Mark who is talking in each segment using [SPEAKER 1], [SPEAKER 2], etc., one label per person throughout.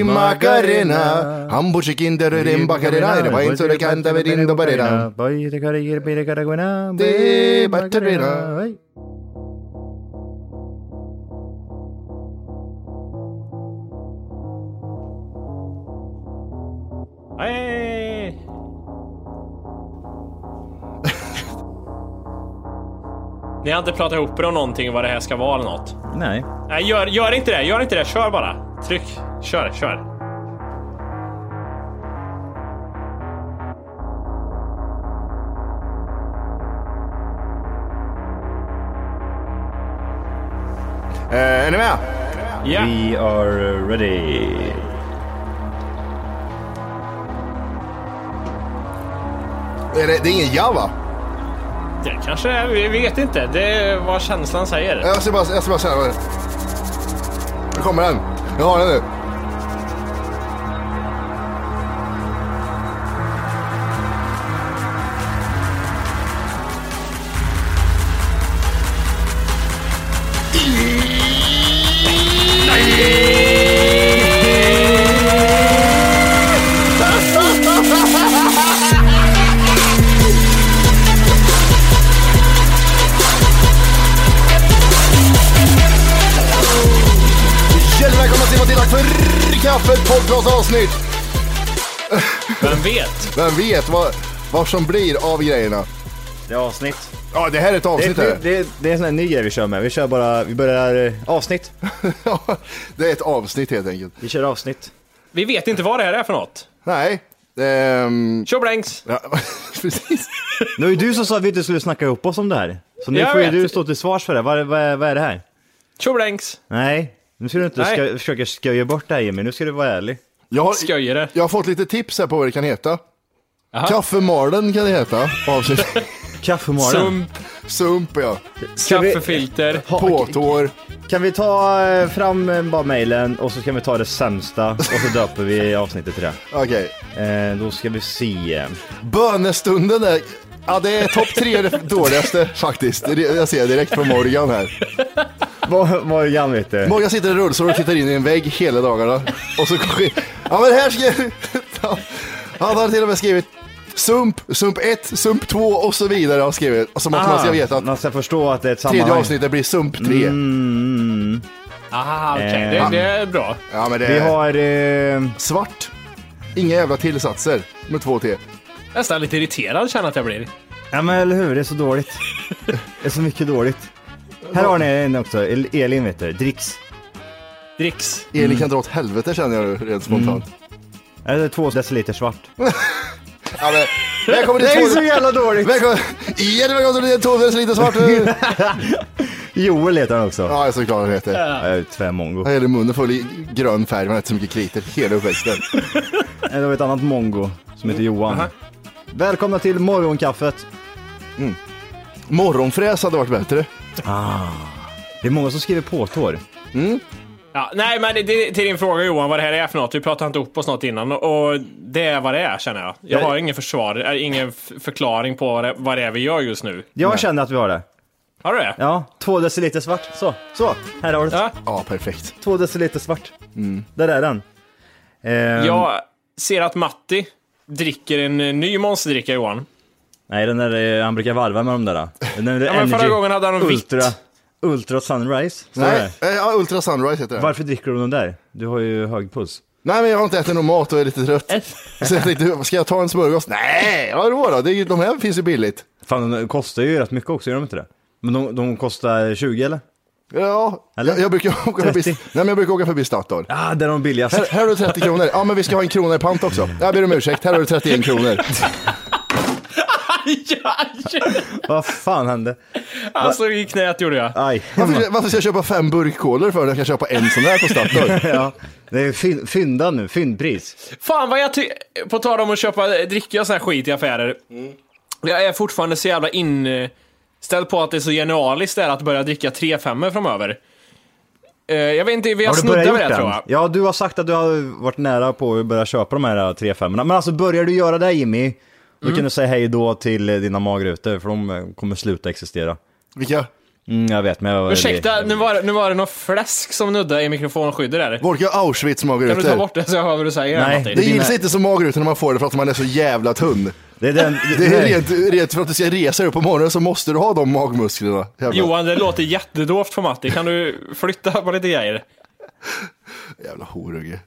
[SPEAKER 1] I Macarena, Hamburger Kinder in Bacarena, det var inte så det kan det bli in då bara. Det är Bacarena.
[SPEAKER 2] Hey!
[SPEAKER 3] Ni har inte pratat ihop er om någonting vad det här ska vara eller något?
[SPEAKER 4] Nej.
[SPEAKER 3] Nej, gör, gör inte det. Gör inte det. Kör bara. Tryck. Kör, kör.
[SPEAKER 1] Eh, Är ni med?
[SPEAKER 3] Ja.
[SPEAKER 4] We are ready.
[SPEAKER 1] Är det, det är ingen Java?
[SPEAKER 3] Det kanske är. Vi vet inte. Det är vad känslan säger.
[SPEAKER 1] Eh, Jag ska bara, jag ska bara säga vad det är. Nu kommer den. Jag har den nu. Hjärtligt välkomna ska ni vara till dags för kaffet podcast avsnitt.
[SPEAKER 3] Vem vet?
[SPEAKER 1] Vem vet vad, vad som blir av grejerna.
[SPEAKER 4] Det är avsnitt.
[SPEAKER 1] Ja, det här är ett
[SPEAKER 4] Det är,
[SPEAKER 1] avsnitt
[SPEAKER 4] det,
[SPEAKER 1] här.
[SPEAKER 4] det, det är en sån här ny grej vi kör med. Vi kör bara, vi börjar eh, avsnitt.
[SPEAKER 1] Ja, det är ett avsnitt helt enkelt.
[SPEAKER 4] Vi kör avsnitt.
[SPEAKER 3] Vi vet inte vad det här är för något.
[SPEAKER 1] Nej. ehm,
[SPEAKER 3] Kör blängs.
[SPEAKER 1] ja, precis.
[SPEAKER 4] Nu är det du som sa att vi inte skulle snacka ihop oss om det här. Så nu
[SPEAKER 3] Jag
[SPEAKER 4] får ju
[SPEAKER 3] vet.
[SPEAKER 4] du stå till svars för det. Vad, vad, vad är det här?
[SPEAKER 3] Kör blängs.
[SPEAKER 4] Nej, nu ska du inte
[SPEAKER 3] Nej.
[SPEAKER 4] ska, försöka sköja bort det här Jimmy. Nu ska du vara ärlig.
[SPEAKER 1] Jag har,
[SPEAKER 3] Sköjer det.
[SPEAKER 1] jag har fått lite tips här på vad det kan heta. Kaffemalen kan det heta. Avsnitt.
[SPEAKER 4] Kaffemorgon.
[SPEAKER 3] Sump,
[SPEAKER 1] Sump ja.
[SPEAKER 4] vi-
[SPEAKER 3] kaffefilter.
[SPEAKER 1] Påtår.
[SPEAKER 4] Kan vi ta eh, fram eh, bara mejlen och så kan vi ta det sämsta och så döper vi avsnittet till det.
[SPEAKER 1] Okej.
[SPEAKER 4] Eh, då ska vi se.
[SPEAKER 1] Bönestunden är... Ja, det är topp tre dåligaste faktiskt. Det- Jag ser direkt på Morgan här.
[SPEAKER 4] Vad- Morgan vet du.
[SPEAKER 1] Morgan sitter i rullstol och tittar in i en vägg hela dagarna. Och så kommer... Ja, men här ska... Han har till och med skrivit sump, sump 1, sump 2 och så vidare har han skrivit. Som
[SPEAKER 3] Ah.
[SPEAKER 1] att man ska veta att
[SPEAKER 4] Man ska förstå att det är ett sammanhang.
[SPEAKER 1] tredje avsnittet blir sump 3.
[SPEAKER 4] Mm.
[SPEAKER 3] Aha, okej.
[SPEAKER 4] Eh,
[SPEAKER 3] Det, det är bra.
[SPEAKER 1] Ja, men det
[SPEAKER 4] Vi
[SPEAKER 1] är
[SPEAKER 4] har... Eh,
[SPEAKER 1] svart. Inga jävla tillsatser med två T.
[SPEAKER 3] Nästan lite irriterad känner jag att jag blir.
[SPEAKER 4] ja men eller hur, det är så dåligt. det är så mycket dåligt. Här har ni en också. El- Elin vet du. Dricks.
[SPEAKER 3] Dricks.
[SPEAKER 4] Mm.
[SPEAKER 1] Elin kan dra åt helvete känner jag rent spontant.
[SPEAKER 4] Eller det är två deciliter svart.
[SPEAKER 1] Ja, men... Välkommen till
[SPEAKER 4] Det är så
[SPEAKER 1] två...
[SPEAKER 4] jävla dåligt!
[SPEAKER 1] Välkommen! Hjärtligt välkommen till Tove lite svart.
[SPEAKER 4] Joel heter han också.
[SPEAKER 1] Ja, såklart han heter.
[SPEAKER 4] Jag är tvärmongo.
[SPEAKER 1] Han hade munnen full i grön färg, man äter så mycket kriter hela uppväxten.
[SPEAKER 4] Eller det var ett annat mongo som heter Johan. Välkomna till morgonkaffet.
[SPEAKER 1] Morgonfräs hade varit bättre.
[SPEAKER 4] Det är många som skriver påtår.
[SPEAKER 3] Ja, nej, men det, det, till din fråga Johan, vad det här är för något. Vi pratade inte ihop oss något innan och- och det är vad det är känner jag. Jag har ingen försvar, äh, ingen f- förklaring på vad det, vad det är vi gör just nu.
[SPEAKER 4] Jag känner att vi har det.
[SPEAKER 3] Har du det?
[SPEAKER 4] Ja, två deciliter svart. Så, så. Här har du det.
[SPEAKER 3] Ja. Mm.
[SPEAKER 1] Ja, perfekt.
[SPEAKER 4] Två deciliter svart. Där är den. Ehm,
[SPEAKER 3] Jag ser att Matti dricker en eh, ny monsterdricka Johan.
[SPEAKER 4] Nej, den där, eh, han brukar varva med de där. Den där
[SPEAKER 3] Ja, men förra gången hade han en vitt.
[SPEAKER 4] Ultra. Ultra Sunrise? står
[SPEAKER 1] Nej,
[SPEAKER 4] det.
[SPEAKER 1] eh, ja, Ultra Sunrise heter den.
[SPEAKER 4] Varför dricker du de där? Du har ju hög puls.
[SPEAKER 1] Nej men jag har inte ätit någon mat och är lite trött. Så jag tänkte, ska jag ta en smörgås? Nej, vadå då? Det är, ju- de här finns ju billigt.
[SPEAKER 4] Fan, de kostar ju rätt mycket också, gör de inte det? Men de, de kostar 20 eller?
[SPEAKER 1] Ja,
[SPEAKER 4] Eller?
[SPEAKER 1] jag, jag, brukar åka förbi,
[SPEAKER 4] 30.
[SPEAKER 1] nej, men jag brukar åka förbi Statoil.
[SPEAKER 4] Ah, där är de billigast.
[SPEAKER 1] Här, här har du 30 kronor. Ja, men vi ska ha en krona i pant också. Jag ber om ursäkt, här har du 31 kronor.
[SPEAKER 3] Aj, aj.
[SPEAKER 4] Vad fan hände?
[SPEAKER 3] Alltså i knät gjorde jag.
[SPEAKER 4] Aj.
[SPEAKER 1] Varför, varför ska jag köpa fem burkkolor för när jag kan köpa en sån här på Statoil?
[SPEAKER 4] ja. Det är fyn, fynda nu, fyndpris.
[SPEAKER 3] Fan vad jag ty- På tal om att köpa, eh, dricka och sån här skit i affärer. Jag är fortfarande så jävla inställd på att det är så genialiskt det är att börja dricka 3-5 framöver. Eh, Jag vet inte, vi har, snuddat vid det tror jag.
[SPEAKER 4] Ja, du har sagt att du har varit nära på att börja köpa de här 3 5 Men alltså börjar du göra det Jimmy, då
[SPEAKER 3] Mm.
[SPEAKER 4] kan du säga hej då till eh, dina magrutor, för de eh, kommer sluta existera.
[SPEAKER 1] Vilka?
[SPEAKER 4] Mm, jag vet, men jag...
[SPEAKER 3] Ursäkta, nu var, det- nu var det någon fläsk som nuddade i mikrofonskyddet där.
[SPEAKER 1] Volka Auschwitz
[SPEAKER 3] Kan du ta
[SPEAKER 1] magrutor.
[SPEAKER 3] bort det så jag hör vad du säger?
[SPEAKER 4] Nej,
[SPEAKER 3] Matti?
[SPEAKER 1] Det
[SPEAKER 4] Dina-
[SPEAKER 1] gills inte som magrutor när man får det för att man är så jävla tunn.
[SPEAKER 4] Det är den...
[SPEAKER 1] Det är rent, rent för att du ska resa dig upp på morgonen så måste du ha de magmusklerna. Jävla,
[SPEAKER 3] Johan, det låter jättedovt för Matti. Kan du flytta på lite grejer?
[SPEAKER 1] jävla horunge.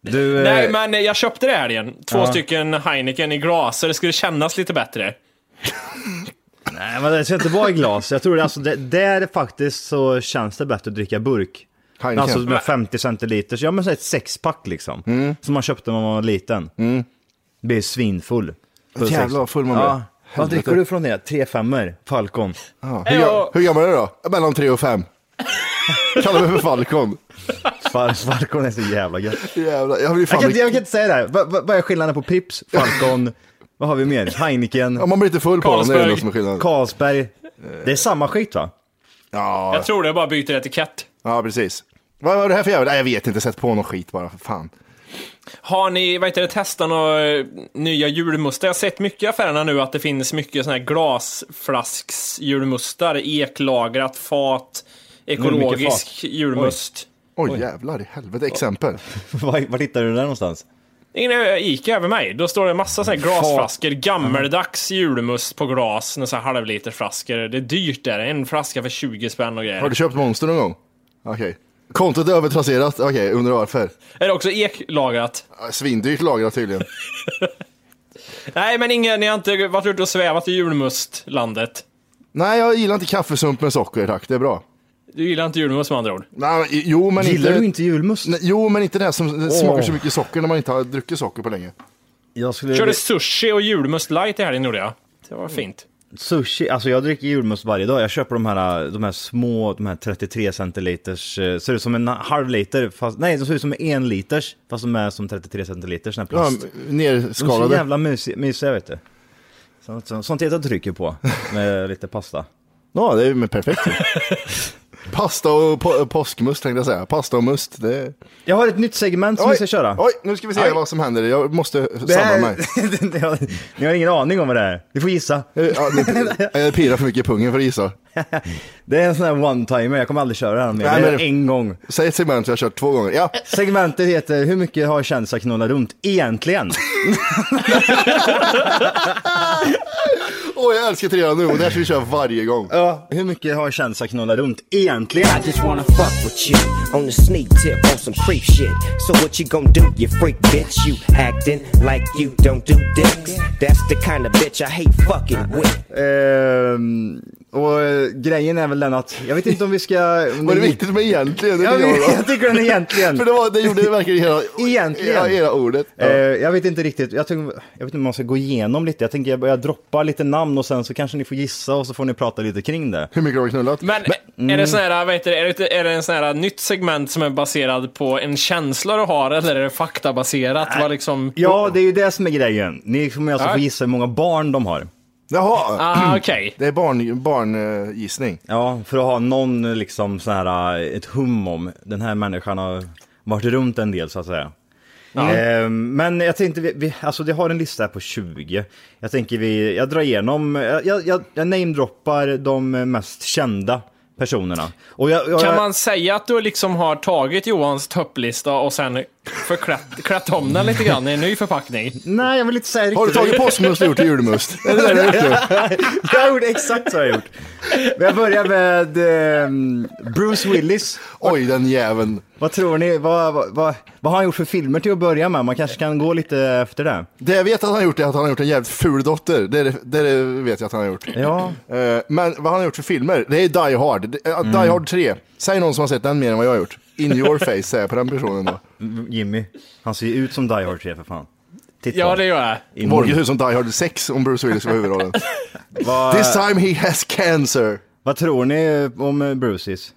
[SPEAKER 4] Du, eh,
[SPEAKER 3] Nej, men eh, jag köpte det här igen. Två stycken Heineken i glas, så det skulle kännas lite bättre.
[SPEAKER 4] nej, men det ska inte vara i glas. Jag tror det, alltså, det, där faktiskt så känns det bättre att dricka burk.
[SPEAKER 1] Heineken. Mm.
[SPEAKER 4] Alltså med 50 centiliters, ja men så här ett sexpack liksom. Som man köpte när man var liten. Mm. Blir svinfull.
[SPEAKER 1] Jävlar vad full man blir.
[SPEAKER 4] Ja. Vad
[SPEAKER 1] Helvete.
[SPEAKER 4] dricker du från det? Tre femmor, Falcon.
[SPEAKER 1] Ja, Hur, gam- hur gammal är du då? Mellan tre och fem. Kallar mig för Falcon.
[SPEAKER 4] Fal- Falcon är så jävla gött.
[SPEAKER 1] Jävlar, jag blir
[SPEAKER 4] Jag
[SPEAKER 1] fan...
[SPEAKER 4] kan, inte- jag kan inte säga det här. Va- va- vad är skillnaden på Prips, Falcon, vad har vi mer? Heineken,
[SPEAKER 1] Ja, man blir inte full på dem, det är det enda som är skillnaden. Eh.
[SPEAKER 4] Carlsberg. Det är samma skit va?
[SPEAKER 1] Ja,
[SPEAKER 3] Jag tror det bara byter etikett.
[SPEAKER 1] ja, precis. Vad var det här för jävla... Nej, jag vet inte. Sätt på någon skit bara, för fan.
[SPEAKER 3] Har ni, vad heter det, testat några eh, nya julmustar? Jag har sett mycket i affärerna nu att det finns mycket såna här glasflasks julmustar, eklagrat fat, ekologisk
[SPEAKER 4] fat.
[SPEAKER 3] julmust.
[SPEAKER 1] Oj, jävlar i helvete. Exempel.
[SPEAKER 4] Var, var hittar du det där någonstans?
[SPEAKER 3] Ingen är Ica över mig. Då står det en massa såna här glasflaskor, gammeldags julmust på glas, några så här halvlitersflaskor. Det är dyrt där, en flaska för 20 spänn och
[SPEAKER 1] Har
[SPEAKER 3] grejer.
[SPEAKER 1] du köpt Monster någon gång? Okej. Kontot är övertrasserat. Okej, undrar varför.
[SPEAKER 3] Är det också eklagrat?
[SPEAKER 1] Ja, Svindyrt lagrat tydligen.
[SPEAKER 3] Nej, men ingen, ni har inte varit ute och svävat i julmustlandet.
[SPEAKER 1] Nej, jag gillar inte kaffesump med socker, tack. Det är bra.
[SPEAKER 3] Du gillar inte julmust med andra ord.
[SPEAKER 1] Nej, men- jo, men
[SPEAKER 4] Gillar
[SPEAKER 1] inte...
[SPEAKER 4] du inte julmust?
[SPEAKER 1] Nej, jo, men inte det här som smakar så
[SPEAKER 4] Åh.
[SPEAKER 1] mycket socker när man inte har druckit socker på länge.
[SPEAKER 4] Jag skulle...
[SPEAKER 3] Körde sushi och julmust light i helgen gjorde jag. Det var fint.
[SPEAKER 4] Sushi, alltså jag dricker julmust varje dag. Jag köper de här, de här små, de här 33 centiliters, eh, ser ut som en halv liter, fast, nej de ser ut som en liters, fast de är som 33 centiliters, den här
[SPEAKER 1] Ja,
[SPEAKER 4] plast. de är så
[SPEAKER 1] nerskalade.
[SPEAKER 4] jävla mysiga, mysiga vet du. Sånt, sånt, sånt jag trycker på med lite pasta.
[SPEAKER 1] Ja, det är ju perfekt. Pasta och po- påskmust tänkte jag säga. Pasta och must. Det...
[SPEAKER 4] Jag har ett nytt segment som vi ska köra.
[SPEAKER 1] Oj, nu ska vi se
[SPEAKER 4] Aj.
[SPEAKER 1] vad som händer. Jag måste
[SPEAKER 4] det
[SPEAKER 1] samla
[SPEAKER 4] här,
[SPEAKER 1] mig.
[SPEAKER 4] Ni har- Ni har ingen aning om vad det är. Ni får gissa.
[SPEAKER 1] Ja, nu- Jag pirrar för mycket i pungen för att gissa.
[SPEAKER 4] Det är en sån här one-timer, jag kommer aldrig köra den mer.
[SPEAKER 1] Nej,
[SPEAKER 4] Jag gör
[SPEAKER 1] men-
[SPEAKER 4] en gång.
[SPEAKER 1] Säg ett segment jag har kört två gånger. Ja,
[SPEAKER 4] Segmentet heter Hur mycket har kändisar knullat runt egentligen?
[SPEAKER 1] åh jag älskar tre nu och det här ska vi köra varje gång.
[SPEAKER 4] Ja. Hur mycket har kändisar knullat runt egentligen?
[SPEAKER 5] I just wanna fuck with you on the sneak tip on some creep shit. So what you gonna do, you freak bitch? You acting like you don't do dicks. That's the kind of bitch I hate fucking with.
[SPEAKER 4] Ehm, och eh, grejen är väl den att, jag vet inte om vi ska...
[SPEAKER 1] Var det viktigt med egentligen? Det
[SPEAKER 4] Jag,
[SPEAKER 1] tycker
[SPEAKER 4] vet,
[SPEAKER 1] jag var
[SPEAKER 4] jag
[SPEAKER 1] bra.
[SPEAKER 4] tycker den egentligen.
[SPEAKER 1] För det, var, det gjorde verkligen hela,
[SPEAKER 4] Egentligen.
[SPEAKER 1] Ja, hela ordet. Ja.
[SPEAKER 4] Eh, jag vet inte riktigt, jag, tycker, jag vet inte om man ska gå igenom lite. Jag tänker jag börjar droppa lite namn och sen så kanske ni får gissa och så får ni prata lite kring det.
[SPEAKER 1] Hur mycket har du knullat?
[SPEAKER 3] Men, är det sån här, vad heter det, är det, är det en sån här nytt segment som är baserad på en känsla du har eller är det faktabaserat? Vad liksom...
[SPEAKER 4] Ja, det är ju det som är grejen. Ni kommer alltså
[SPEAKER 3] Ja.
[SPEAKER 4] få gissa hur många barn de har.
[SPEAKER 1] Jaha,
[SPEAKER 3] Ah, okej.
[SPEAKER 1] det är barngissning. Barn, eh, gissning.
[SPEAKER 4] Ja, för att ha någon eh, liksom så här eh, ett hum om den här människan har varit runt en del så att säga. Ehm, men jag tänkte, vi, vi, alltså det har en lista här på 20. Jag tänker vi, jag drar igenom, eh, jag, jag, jag namedroppar de mest kända personerna. Och jag, jag,
[SPEAKER 3] Kan man säga att du liksom har tagit Johans topplista och sen förklätt klätt om den lite grann i en ny förpackning.
[SPEAKER 4] Nej, jag vill inte säga riktigt.
[SPEAKER 1] Har du tagit påskmust och gjort till julmust? Är det där du har gjort nu?
[SPEAKER 4] Jag har gjort exakt så jag har gjort. Men jag börjar med ehm, Bruce Willis.
[SPEAKER 1] Oj, den jäveln.
[SPEAKER 4] Vad tror ni? Vad, vad, vad, vad har han gjort för filmer till att börja med? Man kanske kan gå lite efter det.
[SPEAKER 1] Det jag vet att han har gjort är att han har gjort en jävligt ful dotter. Det, är det, det, är det vet jag att han har gjort.
[SPEAKER 4] Ja.
[SPEAKER 1] Eh, Men vad han har gjort för filmer, det är Die Hard. Det- eh, Die Hard 3. Säg någon som har sett den mer än vad jag har gjort. In your face säger jag på den personen då.
[SPEAKER 4] Jimmy. Han ser ju ut som Die Hard 3 för fan. Titta.
[SPEAKER 3] Ja, det gör jag.
[SPEAKER 4] I mun.
[SPEAKER 1] Morgan ser ut som Die Hard 6 om Bruce Willis var huvudrollen. This time he has cancer.
[SPEAKER 4] Vad tror ni om eh, Bruces?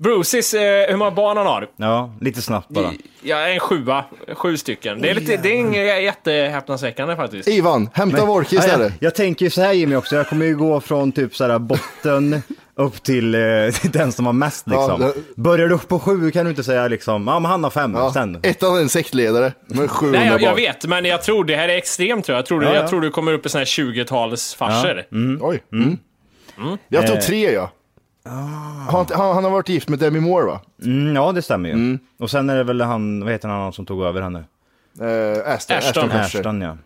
[SPEAKER 3] Bruces, eh, hur många barn han har?
[SPEAKER 4] Ja, lite snabbt bara.
[SPEAKER 3] Ja, en sjua. Sju stycken. Det är, lite, det är inget jättehäpnadsväckande faktiskt.
[SPEAKER 1] Ivan, hämta Vorki
[SPEAKER 4] Ah, Ja, jag,
[SPEAKER 1] istället.
[SPEAKER 4] jag tänker ju så här Jimmy också, jag kommer ju gå från typ så här botten upp till eh, den som har mest liksom.
[SPEAKER 1] Ja,
[SPEAKER 4] Börjar du upp på sju kan du inte säga liksom, ja men han har fem
[SPEAKER 1] Ja,
[SPEAKER 4] sen.
[SPEAKER 1] ettan är en sektledare med 700
[SPEAKER 3] Nej, jag, jag
[SPEAKER 1] barn.
[SPEAKER 3] vet, men jag tror det här är extremt tror jag. Jag tror,
[SPEAKER 4] Ja,
[SPEAKER 3] jag
[SPEAKER 4] ja.
[SPEAKER 3] tror du kommer upp i såna här 20-talsfarser.
[SPEAKER 1] Oj. Mm. Jag tog
[SPEAKER 4] Eh.
[SPEAKER 1] tre ja. Han, han, han har varit gift med Demi Moore va?
[SPEAKER 4] Mm, ja det stämmer ju. Och sen är det väl han, vad heter han som tog över henne?
[SPEAKER 1] Eh, Ashton,
[SPEAKER 3] Ashton.
[SPEAKER 1] Ashton Kutcher.
[SPEAKER 4] Ashton ja.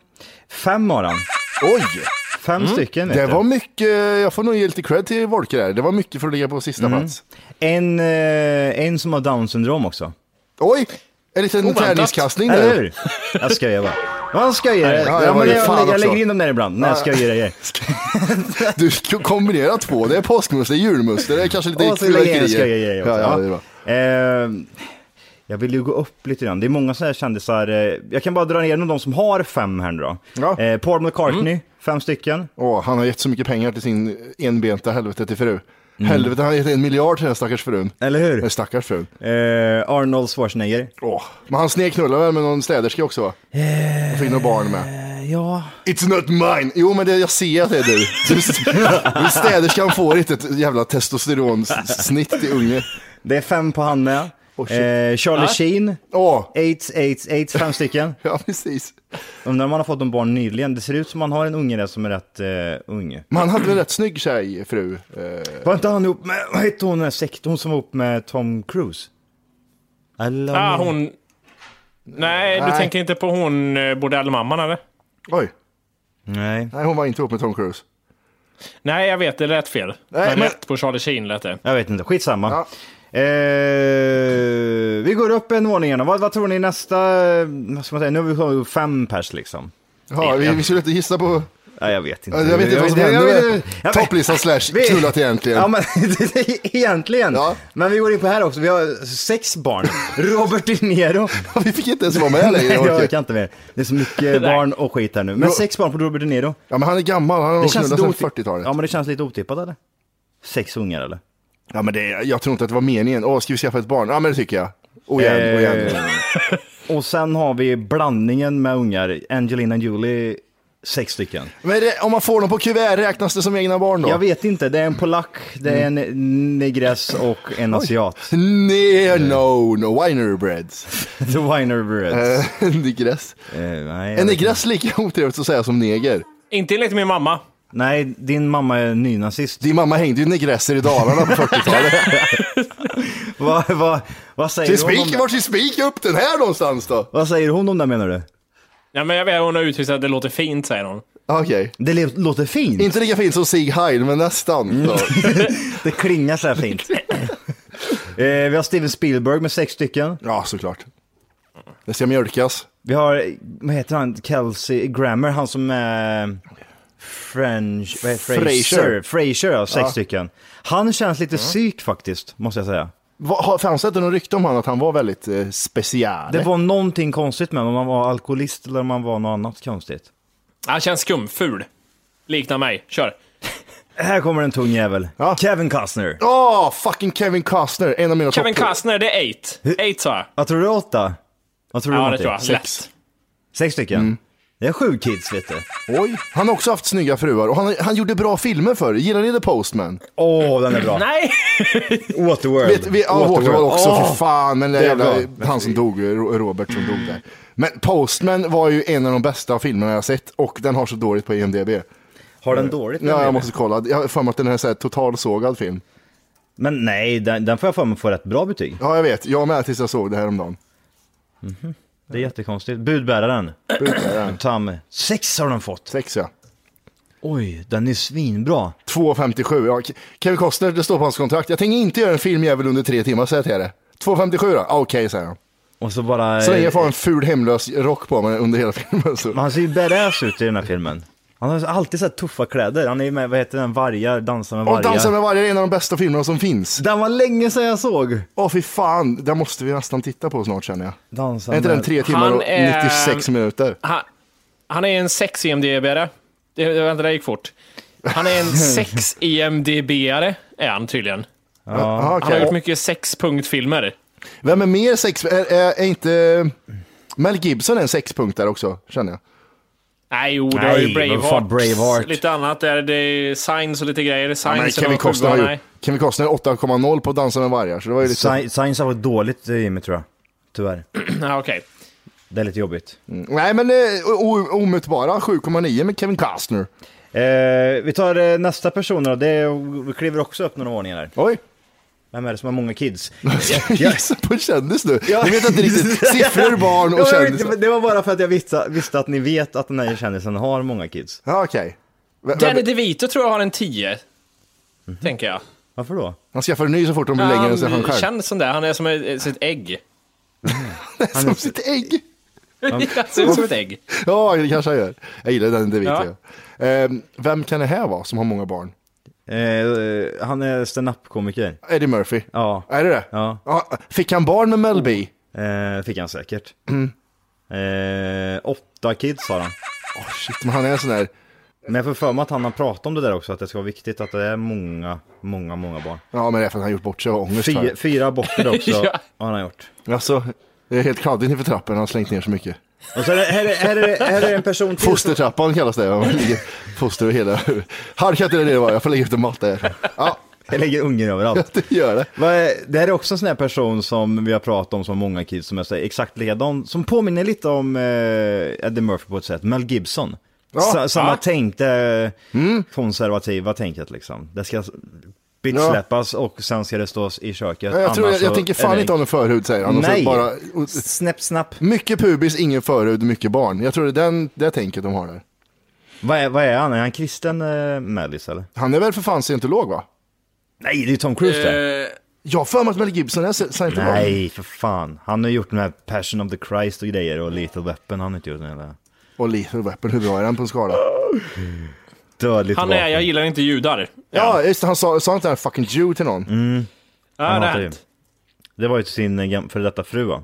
[SPEAKER 4] Fem har han.
[SPEAKER 1] Oj!
[SPEAKER 4] Fem
[SPEAKER 3] Mm.
[SPEAKER 4] stycken vet
[SPEAKER 1] Det
[SPEAKER 4] du.
[SPEAKER 1] var mycket, jag får nog ge lite cred till Volker där. Det var mycket för att ligga på sista plats.
[SPEAKER 4] En, eh, en som har down syndrom också.
[SPEAKER 1] Oj! En liten
[SPEAKER 3] Oväntat.
[SPEAKER 1] tärningskastning
[SPEAKER 4] Eller
[SPEAKER 1] där.
[SPEAKER 4] hur? Jag skojar bara. Vad skojar
[SPEAKER 1] Nej,
[SPEAKER 4] jag?
[SPEAKER 1] det
[SPEAKER 4] Ja,
[SPEAKER 1] var
[SPEAKER 4] men
[SPEAKER 1] ju
[SPEAKER 4] jag,
[SPEAKER 1] fan
[SPEAKER 4] jag, jag
[SPEAKER 1] också.
[SPEAKER 4] lägger in dem där ibland. Nej, jag skojar grejer.
[SPEAKER 1] Du kombinerar två, det är påskmust, det är julmust, det är kanske lite
[SPEAKER 4] Och så lägger jag in skojar grejer
[SPEAKER 1] Ja,
[SPEAKER 4] också.
[SPEAKER 1] ja, det är bra.
[SPEAKER 4] Ehm, jag vill ju gå upp lite grann. Det är många sådana här kändisar. eh, Jag kan bara dra igenom de som har fem här nu då.
[SPEAKER 1] Ja.
[SPEAKER 4] Eh, Paul McCartney, fem stycken.
[SPEAKER 1] Åh, han har gett så mycket pengar till sin enbenta helvete till fru. Helvete, han har gett en miljard till den stackars frun.
[SPEAKER 4] Mm. Eller hur?
[SPEAKER 1] Den stackars frun.
[SPEAKER 4] Eh, Arnold Schwarzenegger.
[SPEAKER 1] Åh. Men han snedknullade väl med någon städerska också va?
[SPEAKER 4] Eh.
[SPEAKER 1] Och fick några barn med.
[SPEAKER 4] Ja.
[SPEAKER 1] It's not mine! Jo men det, jag ser att det är du. du. Städerskan får inte ett jävla testosteronsnitt i unge.
[SPEAKER 4] Det är fem på han med.
[SPEAKER 1] Oh, shit.
[SPEAKER 4] eh, Charlie Sheen.
[SPEAKER 1] Åh,
[SPEAKER 4] Eight, eight, eight, fem stycken.
[SPEAKER 1] ja precis.
[SPEAKER 4] Undrar om man har fått en barn nyligen. Det ser ut som man har en unge där som är rätt eh, ung.
[SPEAKER 1] Man hade väl rätt snygg tjej, fru. Eh,
[SPEAKER 4] Var inte han ihop med, vad hette hon den här sektorn, hon som var ihop med Tom Cruise? I love
[SPEAKER 3] Ah,
[SPEAKER 4] you.
[SPEAKER 3] hon... Nej, du
[SPEAKER 1] Nej.
[SPEAKER 3] tänker inte på hon eh, bordellmamman eller?
[SPEAKER 1] Oj,
[SPEAKER 4] Nej.
[SPEAKER 1] nej hon var inte ihop med Tom Cruise.
[SPEAKER 3] Nej, jag vet, det lät fel.
[SPEAKER 1] Nej,
[SPEAKER 3] men,
[SPEAKER 1] men-
[SPEAKER 3] rätt på Charlie Sheen lät det.
[SPEAKER 4] Jag vet inte, skitsamma.
[SPEAKER 1] Ja.
[SPEAKER 4] Eh, vi går upp en våning igen. Vad, vad tror ni nästa, vad ska man säga, nu har vi kommit upp fem pers liksom.
[SPEAKER 1] Ja, vi, vi skulle inte gissa på...
[SPEAKER 4] Nej, jag vet inte.
[SPEAKER 1] Jag vet inte vad som
[SPEAKER 4] jag- jag- jag-
[SPEAKER 1] hände
[SPEAKER 4] jag-
[SPEAKER 1] med
[SPEAKER 4] jag-
[SPEAKER 1] topplistan slash
[SPEAKER 4] Vi-
[SPEAKER 1] knullat egentligen.
[SPEAKER 4] Ja, men egentligen.
[SPEAKER 1] Ja.
[SPEAKER 4] Men vi går in på här också, vi har sex barn. Robert De Niro.
[SPEAKER 1] Vi fick inte ens vara med längre.
[SPEAKER 4] Nej, jag
[SPEAKER 1] Jorke.
[SPEAKER 4] orkar inte mer. Det är så mycket barn och skit här nu. Men sex barn på Robert De Niro.
[SPEAKER 1] Ja, men han är gammal, han har
[SPEAKER 4] Det
[SPEAKER 1] nog
[SPEAKER 4] känns
[SPEAKER 1] knullat
[SPEAKER 4] lite
[SPEAKER 1] sedan
[SPEAKER 4] oti-
[SPEAKER 1] 40-talet.
[SPEAKER 4] Ja, men det känns lite otippat eller? Sex ungar eller?
[SPEAKER 1] Ja, men det, jag tror inte att det var meningen. Åh, ska vi skaffa ett barn? Ja, men det tycker jag. Och
[SPEAKER 4] Eh.
[SPEAKER 1] igen, och igen.
[SPEAKER 4] Och sen har vi blandningen med ungar. Angelina Jolie, sex stycken.
[SPEAKER 1] Men det, om man får dem på kuvert, räknas det som egna barn då?
[SPEAKER 4] Jag vet inte, det är en polack, det är en
[SPEAKER 1] Mm.
[SPEAKER 4] negress och en asiat.
[SPEAKER 1] Nej,
[SPEAKER 4] Eh.
[SPEAKER 1] no, no. Winery breads.
[SPEAKER 4] The Winer Bread.
[SPEAKER 1] En negress.
[SPEAKER 4] Eh. nej,
[SPEAKER 1] Eh, En
[SPEAKER 4] jag vet inte.
[SPEAKER 1] negress lika otrevligt att säga som neger.
[SPEAKER 3] Inte enligt min mamma.
[SPEAKER 4] Nej, din mamma är nynazist.
[SPEAKER 1] Din mamma hängde ju negresser i Dalarna på 40-talet.
[SPEAKER 4] Vad vad- vad säger
[SPEAKER 1] Till
[SPEAKER 4] hon om
[SPEAKER 1] spik,
[SPEAKER 4] det?
[SPEAKER 1] vart till spik upp den här någonstans då?
[SPEAKER 4] Vad säger hon om det menar du?
[SPEAKER 3] Ja, men jag vet, hon har uttryckt att det låter fint, säger hon.
[SPEAKER 1] Okej.
[SPEAKER 4] Det le- låter fint.
[SPEAKER 1] Inte lika fint som Sieg Heil, men nästan. Så.
[SPEAKER 4] Det klingar så här fint. eh, vi har Steven Spielberg med sex stycken.
[SPEAKER 1] Ja, såklart. Det ska mjölkas.
[SPEAKER 4] Vi har, vad heter han, Kelsey Grammer, han som är French, vad heter
[SPEAKER 1] Frasier.
[SPEAKER 4] Fraser. Fraser, ja, sex stycken. Han känns
[SPEAKER 1] Mm.
[SPEAKER 4] lite psyk faktiskt, måste jag säga.
[SPEAKER 1] Va, har- fanns det inte någon rykte om han att han var väldigt eh, speciell?
[SPEAKER 4] Det var någonting konstigt med honom, om han var alkoholist eller om han var något annat konstigt.
[SPEAKER 3] Han känns skumful. Liknar mig. Kör.
[SPEAKER 4] Här kommer en tung jävel.
[SPEAKER 1] Ja.
[SPEAKER 4] Kevin Costner.
[SPEAKER 1] Åh, fucking Kevin Costner, en av mina
[SPEAKER 3] Kevin
[SPEAKER 1] topp-
[SPEAKER 3] Costner, det är 8. 8 sa jag.
[SPEAKER 4] Vad tror du, åtta? Vad tror du
[SPEAKER 3] Ja, det
[SPEAKER 4] Matti?
[SPEAKER 3] tror jag.
[SPEAKER 4] Sex.
[SPEAKER 3] Lätt.
[SPEAKER 4] Sex stycken?
[SPEAKER 1] Mm.
[SPEAKER 4] Det är sju kids vet du.
[SPEAKER 1] Oj, han har också haft snygga fruar och han, han gjorde bra filmer förr. Gillar ni The Postman?
[SPEAKER 4] Åh, den är bra.
[SPEAKER 3] Nej!
[SPEAKER 4] Waterworld.
[SPEAKER 1] Vet, vi, ja, Waterworld också, för
[SPEAKER 4] Åh.
[SPEAKER 1] fan. Men den
[SPEAKER 4] det är
[SPEAKER 1] jävla,
[SPEAKER 4] bra.
[SPEAKER 1] han som dog, eh, Ro- Robert som dog där. Men Postman var ju en av de bästa filmerna jag sett och den har så dåligt på IMDB.
[SPEAKER 4] Har den dåligt? den
[SPEAKER 1] Ja, jag
[SPEAKER 4] filmen?
[SPEAKER 1] måste kolla. Jag har för mig att den här är så här totalsågad film.
[SPEAKER 4] Men nej, den, den får jag för mig få rätt bra betyg.
[SPEAKER 1] Ja, jag vet. Jag med tills jag såg det här om dagen.
[SPEAKER 4] Det är jättekonstigt. Budbäraren.
[SPEAKER 1] Budbäraren.
[SPEAKER 4] Tam. Sex har de fått.
[SPEAKER 1] Sex ja.
[SPEAKER 4] Oj, den är svinbra.
[SPEAKER 1] 2,57. Ja, Ke- Kevin Costner, det står på hans kontrakt. Jag tänker inte göra en film jävel under tre timmar, säger jag till er. 2,57 då? Ah, Okej, säger han.
[SPEAKER 4] Och så bara...
[SPEAKER 1] Så länge jag får en ful hemlös rock på mig under hela filmen. Så.
[SPEAKER 4] Men han ser ju badass ut i den här filmen. Han har alltid så här tuffa kläder. Han är ju med, vad heter den, Vargar, Dansar med vargar.
[SPEAKER 1] Och Dansa med vargar är en av de bästa filmerna som finns.
[SPEAKER 4] Den var länge sedan jag såg.
[SPEAKER 1] Åh fy fan, den måste vi nästan titta på snart känner jag.
[SPEAKER 4] Dansa
[SPEAKER 1] Är inte
[SPEAKER 4] med-
[SPEAKER 1] den tre timmar
[SPEAKER 3] Han
[SPEAKER 1] och
[SPEAKER 3] är-
[SPEAKER 1] 96 minuter?
[SPEAKER 3] Han, han är en E 6-EMDB-are. Det, det- vänta, det gick fort. Han är en E 6-EMDB-are, är han tydligen.
[SPEAKER 1] Aha,
[SPEAKER 3] Han har
[SPEAKER 1] okej.
[SPEAKER 3] gjort mycket sexpunktfilmer.
[SPEAKER 1] Vem är mer sex... Är, är, är inte... Mel Gibson är en sexpunktare också, känner jag.
[SPEAKER 3] Nej, jo, det
[SPEAKER 4] Nej,
[SPEAKER 3] har ju
[SPEAKER 4] vad
[SPEAKER 3] Braveheart.
[SPEAKER 4] fan, Braveheart.
[SPEAKER 3] Lite annat där. Det är Signs och lite grejer. Signs
[SPEAKER 1] Ja, men
[SPEAKER 3] är
[SPEAKER 1] Kevin
[SPEAKER 3] någon
[SPEAKER 1] Costner
[SPEAKER 3] sjua,
[SPEAKER 1] har ju...
[SPEAKER 3] nej.
[SPEAKER 1] Kevin Costner 8,0 på Dansa med vargar, så det var ju lite...
[SPEAKER 4] Sci- Science har varit dåligt eh, Jimmy tror jag. Tyvärr.
[SPEAKER 3] Ja, okej.
[SPEAKER 4] Det är lite jobbigt.
[SPEAKER 1] Nej men eh, o- omutbara 7,9 med Kevin Costner.
[SPEAKER 4] Eh, vi tar eh, nästa person då. Det är, vi kliver också upp några våningar här.
[SPEAKER 1] Oj!
[SPEAKER 4] Vem är det som har många kids?
[SPEAKER 1] Gissa på kändis nu.
[SPEAKER 4] Ja.
[SPEAKER 1] Ni vet inte riktigt. Siffror, barn
[SPEAKER 4] Ja,
[SPEAKER 1] och
[SPEAKER 4] men jag vet inte,
[SPEAKER 1] kändisar.
[SPEAKER 4] men Det var bara för att jag visste, visste att ni vet att den här kändisen har många kids.
[SPEAKER 1] Ja, okej. V-
[SPEAKER 3] Danny
[SPEAKER 1] vem-
[SPEAKER 3] DeVito tror jag har en 10. Tänker jag.
[SPEAKER 4] Varför då?
[SPEAKER 1] Han skaffar en ny så fort de blir längre än sig han själv.
[SPEAKER 3] känns som det. Han är som ett, sitt ägg.
[SPEAKER 1] Som sitt ägg.
[SPEAKER 3] Han ser ut som ett ägg.
[SPEAKER 1] Ja, det kanske han gör. Jag gillar den, det vet
[SPEAKER 3] Ja.
[SPEAKER 1] jag. Ehm, vem kan det här vara som har många barn?
[SPEAKER 4] Eh, han är stand-up-komiker.
[SPEAKER 1] Eddie Murphy.
[SPEAKER 4] Ja.
[SPEAKER 1] Är det det?
[SPEAKER 4] Ja.
[SPEAKER 1] Fick han barn med Mel B?
[SPEAKER 4] Eh, fick han säkert.
[SPEAKER 1] Mm.
[SPEAKER 4] Eh, åtta kids har han.
[SPEAKER 1] Shit, men han är en sån där...
[SPEAKER 4] Men jag får för mig att han har pratat om det där också, att det ska vara viktigt att det är många, många, många barn.
[SPEAKER 1] Ja, men det är för att han har gjort bort sig och ångest. för
[SPEAKER 4] Fyra,
[SPEAKER 1] det.
[SPEAKER 4] fyra aborter också
[SPEAKER 3] Ja.
[SPEAKER 4] har han gjort.
[SPEAKER 1] Alltså, det är helt kladdigt inför trappen. Han har slängt ner så mycket.
[SPEAKER 4] Och så är det, här, är, här, är, här är en person till. som-
[SPEAKER 1] Fostertrappan kallas det. Man ligger foster och hela... Harka inte det det var. Jag får lägga ut en matta här. Ja,
[SPEAKER 4] Jag lägger ungen överallt.
[SPEAKER 1] det gör det.
[SPEAKER 4] Vad är- eh, Det här är också en sån här person som vi har pratat om som många kids som är så här, exakt likadan, som påminner lite om eh, Eddie Murphy på ett sätt, Mel Gibson. Sa, samma tänk, det eh,
[SPEAKER 1] Mm.
[SPEAKER 4] konservativa tänket liksom. Det ska bitsläppas och sen ska det stås i köket.
[SPEAKER 1] Ja, Jag, tror,
[SPEAKER 4] annars
[SPEAKER 1] jag, jag
[SPEAKER 4] så
[SPEAKER 1] tänker
[SPEAKER 4] är det-
[SPEAKER 1] fan inte ha någon förhud säger han. Och så
[SPEAKER 4] Nej!
[SPEAKER 1] Bara, och,
[SPEAKER 4] Snäpp, snapp.
[SPEAKER 1] mycket pubis, ingen förhud, mycket barn. Jag tror det är den, det tänket de har där.
[SPEAKER 4] Vad är, vad är han? Är han kristen eh, mellis eller?
[SPEAKER 1] Han är väl för fan scientolog va?
[SPEAKER 4] Nej, det är ju Tom Cruise det.
[SPEAKER 3] Eh,
[SPEAKER 1] Jag har för mig att Mel Gibson är scientolog.
[SPEAKER 4] Nej, för fan. Han har gjort den här Passion of the Christ och grejer och Little Weapon han har inte gjort den hela.
[SPEAKER 1] Och Lethal Weapon, hur bra är den på en skala?
[SPEAKER 4] Dödligt
[SPEAKER 3] han är,
[SPEAKER 4] vapen.
[SPEAKER 3] jag gillar inte judar.
[SPEAKER 1] Ja, just det, han sa, sa inte han fucking Jew till någon?
[SPEAKER 4] Mm.
[SPEAKER 3] Ja,
[SPEAKER 4] Han hatar ju.
[SPEAKER 3] rätt.
[SPEAKER 4] Det var ju till sin eh, gam- före detta fru va?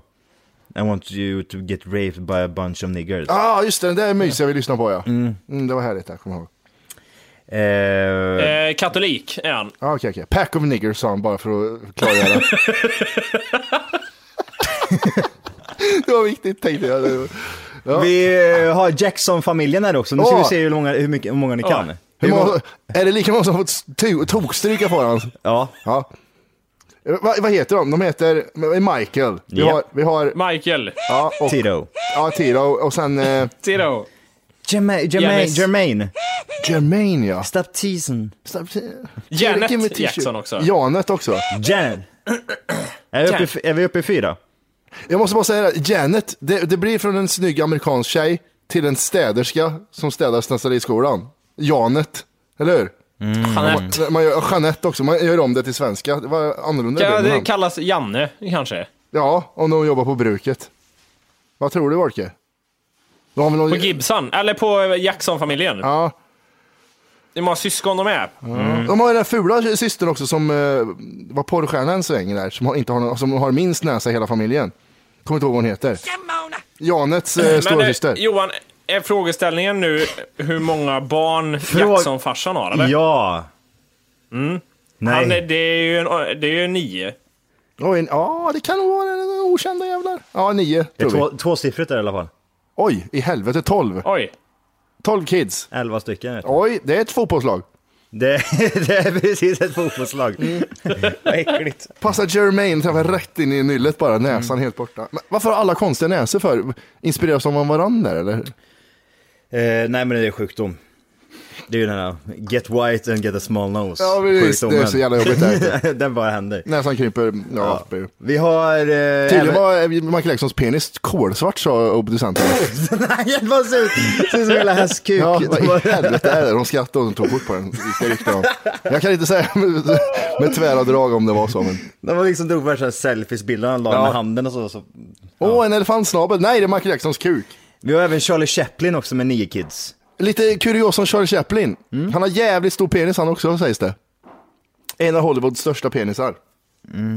[SPEAKER 4] I want you to get raped by a bunch of niggers.
[SPEAKER 1] Ja, ah, just det, den där är mysig, jag vill lyssna på ja. Mm. det var härligt, jag kommer ihåg.
[SPEAKER 4] Eh,
[SPEAKER 3] Eh, katolik är han.
[SPEAKER 1] Ah, okej, okej. Pack of niggers sa han bara för att klargöra. det var viktigt tänkte jag. Det var- Ja.
[SPEAKER 4] Vi eh, har Jackson-familjen här också. Nu ska
[SPEAKER 1] Åh!
[SPEAKER 4] vi se hur många, hur mycket, hur många ni kan.
[SPEAKER 1] Hur många, är det lika många som har fått to- tokstryka på den?
[SPEAKER 4] Ja.
[SPEAKER 1] Ja. Eh, Va, vad heter de? De heter Michael. Vi
[SPEAKER 4] Ja.
[SPEAKER 1] har, vi har
[SPEAKER 3] Michael.
[SPEAKER 1] ja, och,
[SPEAKER 4] Tito.
[SPEAKER 1] ja, Tiro och sen eh,
[SPEAKER 3] Zero.
[SPEAKER 4] Jermaine, Jermaine,
[SPEAKER 3] Janis.
[SPEAKER 4] Jermaine.
[SPEAKER 1] Jermaine ja.
[SPEAKER 4] Stop teasing.
[SPEAKER 1] Stop-
[SPEAKER 3] Janet
[SPEAKER 1] Give me tissue.
[SPEAKER 3] Jackson också.
[SPEAKER 1] Janet också.
[SPEAKER 4] Janet. Är vi, uppe, i
[SPEAKER 3] Janet.
[SPEAKER 4] f- är vi uppe i fyra?
[SPEAKER 1] Jag måste bara säga det, här, Janet, det, det blir från en snygg amerikansk tjej till en städerska som städar Stansariskolan. Janet, eller hur?
[SPEAKER 3] Mm. Jeanette.
[SPEAKER 1] Mm. Man gör, Jeanette också, man gör om det till svenska. Det var annorlunda
[SPEAKER 3] Kan
[SPEAKER 1] det,
[SPEAKER 3] det kallas Janne, kanske?
[SPEAKER 1] Ja, om de jobbar på bruket. Vad tror du, Volke? De har väl någon...
[SPEAKER 3] På Gibson, eller på Jackson-familjen.
[SPEAKER 1] Ja.
[SPEAKER 3] Det är många syskon de är.
[SPEAKER 1] De har ju den fula systern också som eh, var porrstjärna en sväng där, som har, inte har, någon, som har minst näsa i hela familjen. Kommer inte ihåg vad hon heter. Janets eh,
[SPEAKER 3] Men eh,
[SPEAKER 1] storasyster.
[SPEAKER 3] Johan, är frågeställningen nu hur många barn
[SPEAKER 4] Frå-
[SPEAKER 3] Jackson-farsan har? Eller?
[SPEAKER 4] Ja.
[SPEAKER 3] Mm. Han, är-
[SPEAKER 4] Nej.
[SPEAKER 3] det är ju en, det är ju en nio.
[SPEAKER 1] Oj, ja, det kan nog vara en okända jävlar. Ja, nio
[SPEAKER 4] Det
[SPEAKER 1] tror
[SPEAKER 4] är
[SPEAKER 1] vi.
[SPEAKER 4] två, tvåsiffrigt där i alla fall.
[SPEAKER 1] Oj, i helvete, tolv.
[SPEAKER 3] Oj.
[SPEAKER 1] Tolv kids.
[SPEAKER 4] Elva stycken. Vet du.
[SPEAKER 1] Oj, det är ett fotbollslag.
[SPEAKER 4] Det, det är precis ett fotbollslag.
[SPEAKER 1] Mm.
[SPEAKER 4] Vad äckligt.
[SPEAKER 1] Passar Jermaine träffar rätt in i nyllet bara, näsan
[SPEAKER 4] Mm.
[SPEAKER 1] helt borta. Men varför har alla konstiga näsor för? Inspireras de av varandra eller?
[SPEAKER 4] Eh, nej men det är sjukdom. Det är ju den här Get white and get a small nose.
[SPEAKER 1] Ja, precis. Det är så jävla jobbigt,
[SPEAKER 4] där. den bara händer.
[SPEAKER 1] Näsan kryper. Ja, ja.
[SPEAKER 4] Vi har... Eh,
[SPEAKER 1] Tydligen
[SPEAKER 4] även-
[SPEAKER 1] var Michael Jacksons penis kolsvart sa producenten.
[SPEAKER 4] Nej, det var ser ut ser ut som en jävla hästkuk.
[SPEAKER 1] Ja,
[SPEAKER 4] Det
[SPEAKER 1] vad
[SPEAKER 4] var-
[SPEAKER 1] i helvete är det? De skrattade och de tog kort på den. Vi ska rikta dem. Jag kan inte säga med, med tvära drag om det var så. Men...
[SPEAKER 4] De var liksom drog värsta selfies-bilderna han la
[SPEAKER 1] Ja.
[SPEAKER 4] med handen och så. så.
[SPEAKER 1] Åh, en elefantsnabel. Nej, det är Michael Jacksons kuk.
[SPEAKER 4] Vi har även Charlie Chaplin också med nio kids.
[SPEAKER 1] Lite kuriosa om Charlie Chaplin.
[SPEAKER 3] Mm.
[SPEAKER 1] Han har jävligt stor penis han också sägs det. En av Hollywoods största penisar.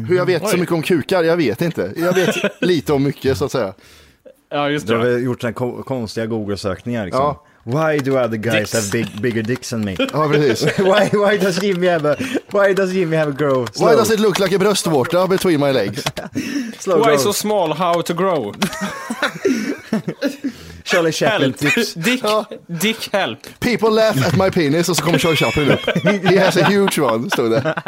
[SPEAKER 1] Hur jag vet så
[SPEAKER 3] Mm. Oj.
[SPEAKER 1] mycket om kukar, jag vet inte. Jag vet lite om mycket så att säga.
[SPEAKER 3] Ja, just
[SPEAKER 4] Då har
[SPEAKER 3] det.
[SPEAKER 4] vi gjort såna ko- konstiga Google-sökningar liksom.
[SPEAKER 1] Ja.
[SPEAKER 4] Why do other guys
[SPEAKER 3] Dicks.
[SPEAKER 4] have big, bigger dicks than me?
[SPEAKER 1] Ja, precis.
[SPEAKER 4] why, why does Jimmy have a, why does Jimmy have a grow? Slow,
[SPEAKER 1] Why does it look like a bröstvårta between my legs?
[SPEAKER 4] slow
[SPEAKER 3] Why
[SPEAKER 4] growth.
[SPEAKER 3] so small, how to grow?
[SPEAKER 4] Charlie Chaplin
[SPEAKER 3] Help!
[SPEAKER 4] tips.
[SPEAKER 3] Dick,
[SPEAKER 1] Ja.
[SPEAKER 3] dick help!
[SPEAKER 1] People laugh at my penis och så kommer Charlie Chaplin upp. He has a huge one, stod det.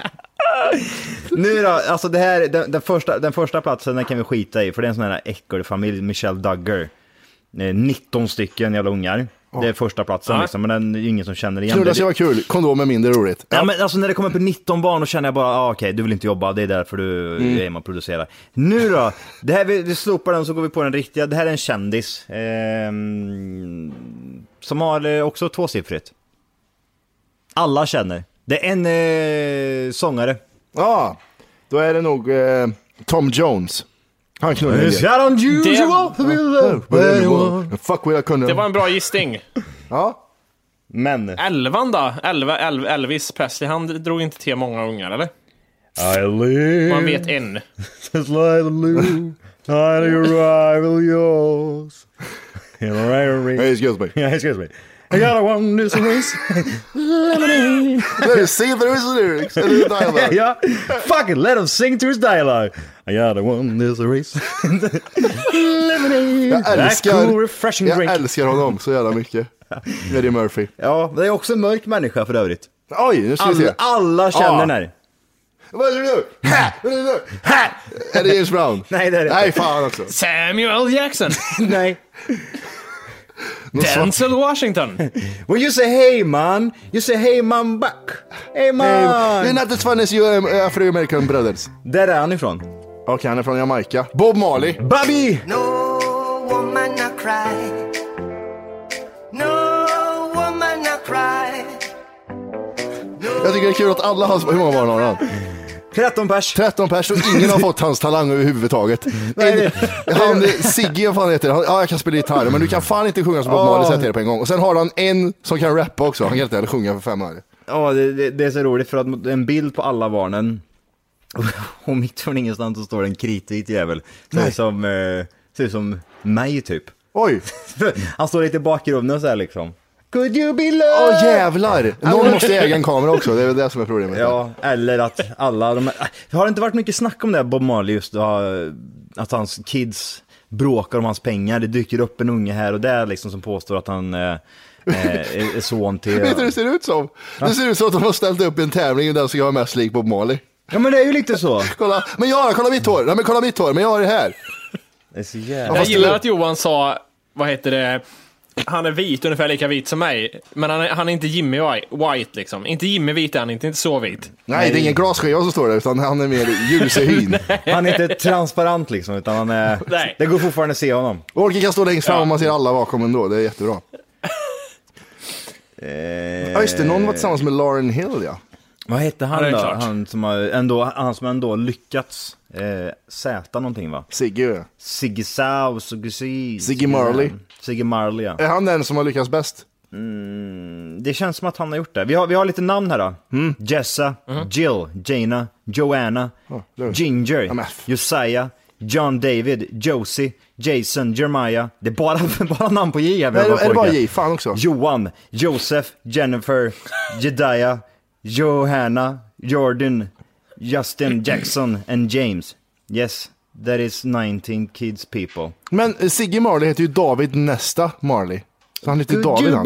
[SPEAKER 4] Nu då, alltså det här, den, den, första, den första platsen den kan vi skita i, för det är en sån här äckelfamilj, Michelle Duggar. Eh, 19 stycken jävla ungar. Det är första platsen
[SPEAKER 3] Ja.
[SPEAKER 4] liksom, men den är ju ingen som känner igen
[SPEAKER 1] Knulla
[SPEAKER 4] det.
[SPEAKER 1] ska vara kul, kondomer mindre roligt.
[SPEAKER 4] Ja, men alltså när det kommer på 19 barn då känner jag bara, ah, okej du vill inte jobba, det är därför du
[SPEAKER 3] Mm.
[SPEAKER 4] är hemma och producerar. Nu då, det här, vi, vi slopar den så går vi på den riktiga, det här är en kändis. ehm, som har eh, också tvåsiffrigt. Alla känner. Det är en eh, sångare.
[SPEAKER 1] Ja, då är det nog eh, Tom Jones. Han knullar en del.
[SPEAKER 4] Sharon
[SPEAKER 3] Oh,
[SPEAKER 1] Fuck what I kunde.
[SPEAKER 3] Det var en bra gissning.
[SPEAKER 1] Ja,
[SPEAKER 4] Men...
[SPEAKER 3] Elvan då? Elva, elv, Elvis Presley, han drog inte till många ungar, eller?
[SPEAKER 4] I live
[SPEAKER 3] Man vet en.
[SPEAKER 4] this life blue, not your rival yours. In a rare
[SPEAKER 1] hey, excuse me.
[SPEAKER 4] Yeah, excuse me. I got a one this race.
[SPEAKER 1] Let us see if there is a lyrics. Eller hur dialogue.
[SPEAKER 4] yeah, fuck it, let him sing to his dialogue. I got a one this race. Lemonade.
[SPEAKER 1] Jag
[SPEAKER 4] That
[SPEAKER 1] älskar,
[SPEAKER 4] cool refreshing
[SPEAKER 1] jag
[SPEAKER 4] drink.
[SPEAKER 1] älskar honom så jävla mycket. Eddie Murphy.
[SPEAKER 4] Ja, det är också en mörk människa för övrigt.
[SPEAKER 1] Oj, nu ska vi
[SPEAKER 4] Alla,
[SPEAKER 1] se.
[SPEAKER 4] alla känner
[SPEAKER 1] Ja.
[SPEAKER 4] den här.
[SPEAKER 1] Vad är det nu? Ha! Vad är det nu? Ha! Är det James Brown?
[SPEAKER 4] Nej, det är det
[SPEAKER 1] Nej, fan också.
[SPEAKER 3] Samuel Jackson!
[SPEAKER 4] Nej.
[SPEAKER 3] Denzel Washington!
[SPEAKER 4] When you say hey man, you say hey man back. Hey man.
[SPEAKER 1] You're not as fun as you um, Afro-American brothers.
[SPEAKER 4] Där är han ifrån.
[SPEAKER 1] Okej, han är från Jamaica. Bob Marley.
[SPEAKER 4] Bobby!
[SPEAKER 6] No woman I cry. No woman I cry.
[SPEAKER 1] Jag tycker det är kul att alla har... Hur många barn har han?
[SPEAKER 4] 13 pers.
[SPEAKER 1] 13 pers och ingen har fått hans talang överhuvudtaget.
[SPEAKER 4] Nej,
[SPEAKER 1] En, han, Sigge, vad fan heter han? Ja, jag kan spela gitarr, men du kan fan inte sjunga som Bob Marley, säger jag till dig på en gång. Och sen har han en som kan rappa också. Han kan inte heller sjunga för fem öre.
[SPEAKER 4] Ja, det, det, det är så roligt för att en bild på alla barnen och mitt från ingenstans så står det en kritvit jävel. Ser ut som, eh, ser ut som mig typ.
[SPEAKER 1] Oj!
[SPEAKER 4] Han står lite i bakgrunden så här liksom. Could you be loved?
[SPEAKER 1] Åh jävlar! Någon måste äga en kamera också, det är väl det som är problemet.
[SPEAKER 4] Ja, eller att alla de Har det inte varit mycket snack om det här Bob Marley just då, att hans kids bråkar om hans pengar. Det dyker upp en unge här och där liksom som påstår att han eh, eh, är är son till...
[SPEAKER 1] Vet du hur det ser ut som? Det ser ut som att de har ställt upp en tävling i den som jag är mest lik Bob Marley.
[SPEAKER 4] Ja men det är ju lite så.
[SPEAKER 1] Kolla, men jag har, kolla mitt hår, nej men kolla mitt hår, men jag har det här.
[SPEAKER 4] Det är så
[SPEAKER 3] Jag
[SPEAKER 4] jävla...
[SPEAKER 1] fast
[SPEAKER 3] gillar
[SPEAKER 1] du-
[SPEAKER 3] att Johan sa, vad heter det, han är vit, ungefär lika vit som mig. Men han är, han är inte Jimmy Whi- White liksom. Inte Jimmy vit är han inte, inte så vit.
[SPEAKER 1] Nej, det är ingen glasskiva som står där, utan han är mer ljus i hyn.
[SPEAKER 4] Han är inte transparent liksom utan han är...
[SPEAKER 3] Nej.
[SPEAKER 4] Det går fortfarande att se honom.
[SPEAKER 1] Orke kan stå längst fram och man ser alla bakom ändå, det är jättebra. Ja just det, någon var tillsammans med Lauren Hill ja.
[SPEAKER 4] Vad hette
[SPEAKER 3] Ja, det
[SPEAKER 4] han
[SPEAKER 3] är
[SPEAKER 4] då?
[SPEAKER 3] klart.
[SPEAKER 4] Han som, har ändå, han som ändå lyckats eh, sätta någonting va?
[SPEAKER 1] Sigge.
[SPEAKER 4] Sigge Sau, Sigge Si-
[SPEAKER 1] Sigge Marley.
[SPEAKER 4] Sigge Marley ja.
[SPEAKER 1] Är han den som har lyckats bäst?
[SPEAKER 4] Det känns som att han har gjort det. Vi har, vi har lite namn här då.
[SPEAKER 1] Mm.
[SPEAKER 4] Jessa, Jill, Jana, Joanna,
[SPEAKER 1] det är det.
[SPEAKER 4] Ginger,
[SPEAKER 1] Ja, men f-
[SPEAKER 4] Josiah, John David, Josie, Jason, Jeremiah. Det är bara, bara namn på J här. vi
[SPEAKER 1] Nej,
[SPEAKER 4] har
[SPEAKER 1] är det bara
[SPEAKER 4] pojkar.
[SPEAKER 1] J? Fan också.
[SPEAKER 4] Johan, Josef, Jennifer, Jediah, Johanna, Jordan, Justin, Jackson and James. Yes, that is 19 kids people.
[SPEAKER 1] Men eh, Sigge Marley heter ju David nästa Marley. Så han heter David han.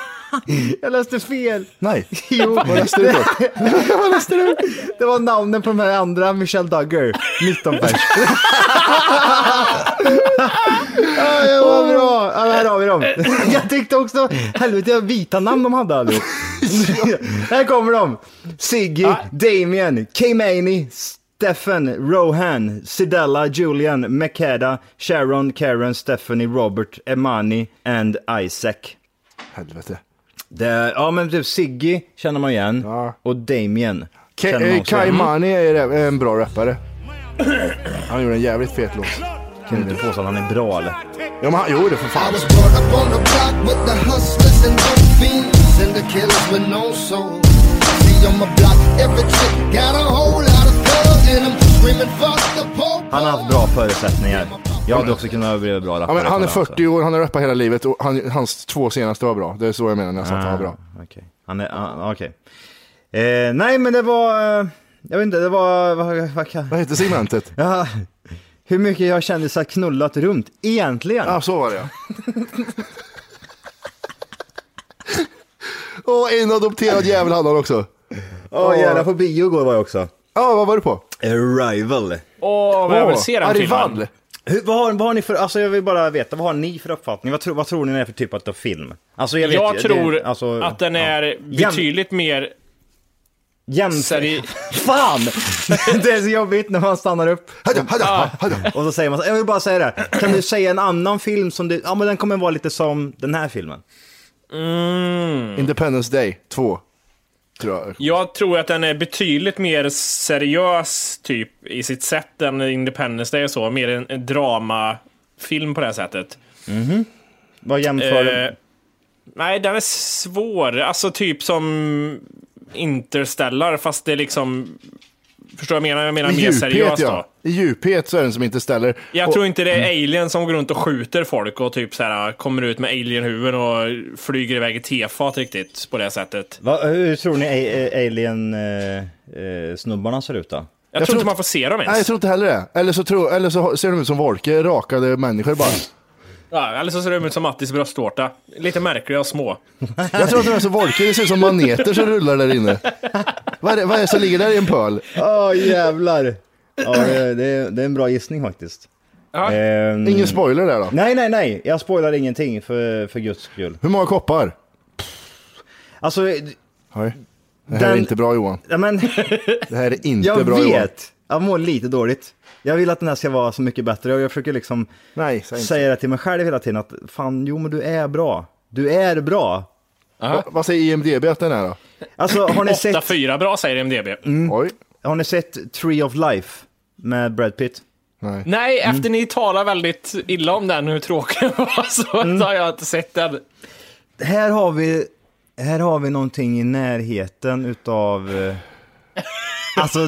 [SPEAKER 4] Jag läste fel!
[SPEAKER 1] Nej.
[SPEAKER 4] Jo,
[SPEAKER 1] Vad läste du på?
[SPEAKER 4] vad läste du? Det var namnen på de här andra, Michelle Dugger, 19 pers. ja, det var bra! Ja, här har vi dem. Jag tyckte också, helvete jag vita namn de hade allihop. här kommer de! Siggy, Damien, K-Maney, Stefan, Rohan, Sidella, Julian, Mekeda, Sharon, Karen, Stephanie, Robert, Emani and Isaac.
[SPEAKER 1] Helvete.
[SPEAKER 4] Det, ja men typ Siggy känner man igen
[SPEAKER 1] Ja.
[SPEAKER 4] och Damien känner
[SPEAKER 1] Ke-
[SPEAKER 4] Mm. man
[SPEAKER 1] eh,
[SPEAKER 4] också
[SPEAKER 1] Kai
[SPEAKER 4] igen.
[SPEAKER 1] Mani är rä- är en bra rappare. Han gjorde en jävligt fet låt.
[SPEAKER 4] Kan du inte påstå att han är bra eller?
[SPEAKER 1] Ja, men han, jo, det är för fan.
[SPEAKER 7] brought up on the block with the hustlers and the fiends and the killers with no soul. See on my block, every chick got a whole lot of thugs in 'em, screaming fuck the Pope.
[SPEAKER 4] Han har haft bra förutsättningar. Jag hade också kunnat bli bra
[SPEAKER 1] Ja,
[SPEAKER 4] rappare.
[SPEAKER 1] men han är
[SPEAKER 4] tror jag,
[SPEAKER 1] 40 år, han har rappat hela livet och han, hans två senaste var bra. Det är så jag menar när jag sa att han var bra.
[SPEAKER 4] Okej. Han är, ah, okej. Eh, nej men det var, eh, jag vet inte, det var, vad, vad kan...
[SPEAKER 1] Vad hette segmentet?
[SPEAKER 4] Ja, hur mycket jag kände så här knullat runt egentligen.
[SPEAKER 1] Ja, så var det ja. Och en adopterad jävel hade han också.
[SPEAKER 4] Åh jävlar, på bio igår var jag också.
[SPEAKER 1] Ja, vad var du på?
[SPEAKER 4] Arrival.
[SPEAKER 3] Åh, vad jag vill se den filmen.
[SPEAKER 1] Arrival.
[SPEAKER 4] Hur, vad, har, vad har ni för, alltså jag vill bara veta, vad har ni för uppfattning? Vad, tro, vad tror ni det är för typ av film? Alltså jag, vet,
[SPEAKER 3] Jag
[SPEAKER 4] ju,
[SPEAKER 3] tror
[SPEAKER 4] det, alltså,
[SPEAKER 3] att den är betydligt mer...
[SPEAKER 4] Jämför...
[SPEAKER 3] Seri-
[SPEAKER 4] Fan! det är så jobbigt när man stannar upp
[SPEAKER 1] Hajda, hajda,
[SPEAKER 3] Ah.
[SPEAKER 1] hajda.
[SPEAKER 4] och så säger man så, jag vill bara säga det, kan du säga en annan film som du, ja men den kommer vara lite som den här filmen.
[SPEAKER 3] Mm.
[SPEAKER 1] Independence Day 2. Tror jag.
[SPEAKER 3] Jag tror att den är betydligt mer seriös typ i sitt sätt än Independence Day och så. Mer en, en dramafilm på det här sättet.
[SPEAKER 4] Vad jämför
[SPEAKER 3] Eh, nej, den är svår. Alltså typ som Interstellar, fast det är liksom... Förstår jag vad jag menar? Jag menar
[SPEAKER 1] I
[SPEAKER 3] mer
[SPEAKER 1] djuphet
[SPEAKER 3] seriöst då.
[SPEAKER 1] ja. I djuphet så är den som inte ställer.
[SPEAKER 3] Jag
[SPEAKER 1] Och- Mm.
[SPEAKER 3] tror inte det är alien som går runt och skjuter folk och typ så här, kommer ut med alienhuvuden och flyger iväg i tefat riktigt på det sättet.
[SPEAKER 4] Va, hur tror ni a- a- Alien-snubbarna ser ut då?
[SPEAKER 3] Jag, tror inte man får se dem ens.
[SPEAKER 1] Nej, jag tror inte heller det. Eller så, tror, eller så ser de ut som Wolke, rakade människor bara.
[SPEAKER 3] ja, eller så ser de ut som Mattis bröstvårta. Lite märkliga och små.
[SPEAKER 1] Jag tror att de är som Wolke, det ser ut som maneter som rullar där inne. Vad är det, vad är det som ligger där i en pöl?
[SPEAKER 4] Åh jävlar! Ja, det, det, det är en bra gissning faktiskt.
[SPEAKER 3] Ja.
[SPEAKER 4] Ehm,
[SPEAKER 3] Mm.
[SPEAKER 1] Ingen spoiler där då.
[SPEAKER 4] Nej, nej, nej, jag spoilar ingenting för, för guds skull.
[SPEAKER 1] Hur många koppar?
[SPEAKER 4] Alltså,
[SPEAKER 1] Oj. Det här är
[SPEAKER 4] Den-
[SPEAKER 1] inte bra Johan.
[SPEAKER 4] ja, men...
[SPEAKER 1] Det här är inte
[SPEAKER 4] Jag
[SPEAKER 1] bra Johan.
[SPEAKER 4] vet! Jag mår lite dåligt. Jag vill att den här ska vara så mycket bättre och jag försöker liksom
[SPEAKER 1] Nej, säg inte.
[SPEAKER 4] säga det till mig själv hela tiden att fan, jo men du är bra. Du är bra!
[SPEAKER 1] Va- Vad säger IMDB att den är då?
[SPEAKER 4] Alltså har ni sett,
[SPEAKER 3] 8-4 bra säger IMDB.
[SPEAKER 1] Oj.
[SPEAKER 4] har ni sett Tree of Life med Brad Pitt?
[SPEAKER 1] Nej.
[SPEAKER 3] Nej, efter
[SPEAKER 1] Mm.
[SPEAKER 3] ni talar väldigt illa om den, hur tråkig den var, så
[SPEAKER 1] Mm.
[SPEAKER 3] har jag inte sett den.
[SPEAKER 4] Här har vi, här har vi någonting i närheten utav... eh, Alltså...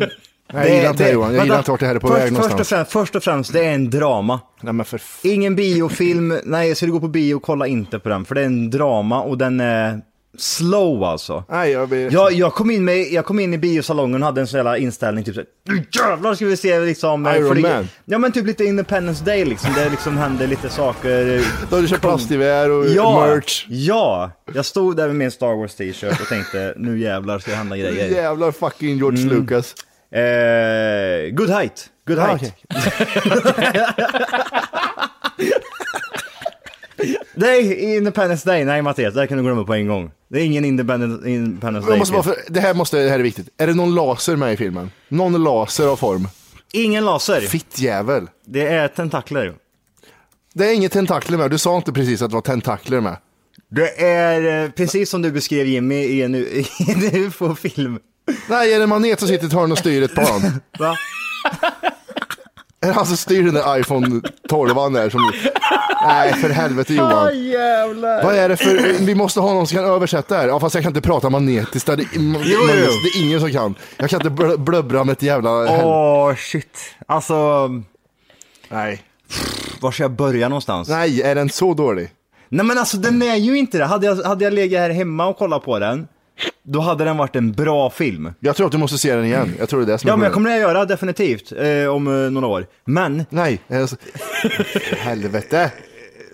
[SPEAKER 1] jag gillar inte det, Johan. Jag gillar inte vart det här är på
[SPEAKER 4] först,
[SPEAKER 1] väg
[SPEAKER 4] först och,
[SPEAKER 1] någonstans.
[SPEAKER 4] främst, först och främst, det är en drama.
[SPEAKER 1] Nej men för f-
[SPEAKER 4] Ingen biofilm, nej ska du gå på bio kolla inte på den för det är en drama och den är slow alltså.
[SPEAKER 1] Nej, jag blir...
[SPEAKER 4] Jag, jag, kom, in med, jag kom in i biosalongen och hade en sån jävla inställning typ såhär, nu jävlar ska vi se liksom... eh,
[SPEAKER 1] Iron
[SPEAKER 4] flyg-"
[SPEAKER 1] Man.
[SPEAKER 4] Ja men typ lite Independence Day liksom, där liksom händer lite saker. eh,
[SPEAKER 1] Då har du köpt plastgevär och
[SPEAKER 4] Ja,
[SPEAKER 1] merch.
[SPEAKER 4] ja! Jag stod där med min Star Wars t-shirt och tänkte nu jävlar ska det hända grejer.
[SPEAKER 1] Jävlar fucking George Lucas.
[SPEAKER 4] Eh, good height, good
[SPEAKER 1] Ah,
[SPEAKER 4] height. Nej, Independence Day. Nej Mattias, där kan du glömma på en gång. Det är ingen Independence, Independence
[SPEAKER 1] Jag
[SPEAKER 4] Day.
[SPEAKER 1] måste bara för, det, här måste, det här är viktigt. Är det någon laser med i filmen? Någon laser av form?
[SPEAKER 4] Ingen laser.
[SPEAKER 1] Fittjävel.
[SPEAKER 4] Det är tentakler.
[SPEAKER 1] Det är inget tentakler med. Du sa inte precis att det var tentakler med.
[SPEAKER 4] Det är eh, precis som du beskrev Jimmy i en u- i en ufo-film.
[SPEAKER 1] Nej, är det en manet som sitter i ett hörn och styr ett plan?
[SPEAKER 4] Va?
[SPEAKER 1] Är det han som styr den där iPhone 12 där som... Nej, för helvete Johan.
[SPEAKER 4] jävlar.
[SPEAKER 1] Vad är det för... Vi måste ha någon som kan översätta det här. Ja, fast jag kan inte prata manetiskt. Det är,
[SPEAKER 4] jo.
[SPEAKER 1] det är ingen som kan. Jag kan inte bl- blubbra med ett jävla... hel-
[SPEAKER 4] Åh shit. Alltså,
[SPEAKER 1] Nej.
[SPEAKER 4] var ska jag börja någonstans? Nej.
[SPEAKER 1] Nej, är den så dålig?
[SPEAKER 4] men alltså den är ju inte det. Hade jag, hade jag legat här hemma och kollat på den, då hade den varit en bra film.
[SPEAKER 1] Jag tror att du måste se den igen. Jag tror det är det som
[SPEAKER 4] Ja
[SPEAKER 1] är
[SPEAKER 4] men
[SPEAKER 1] problemet.
[SPEAKER 4] jag kommer det att göra definitivt eh, om eh, några år. Men
[SPEAKER 1] Nej, alltså... helvete.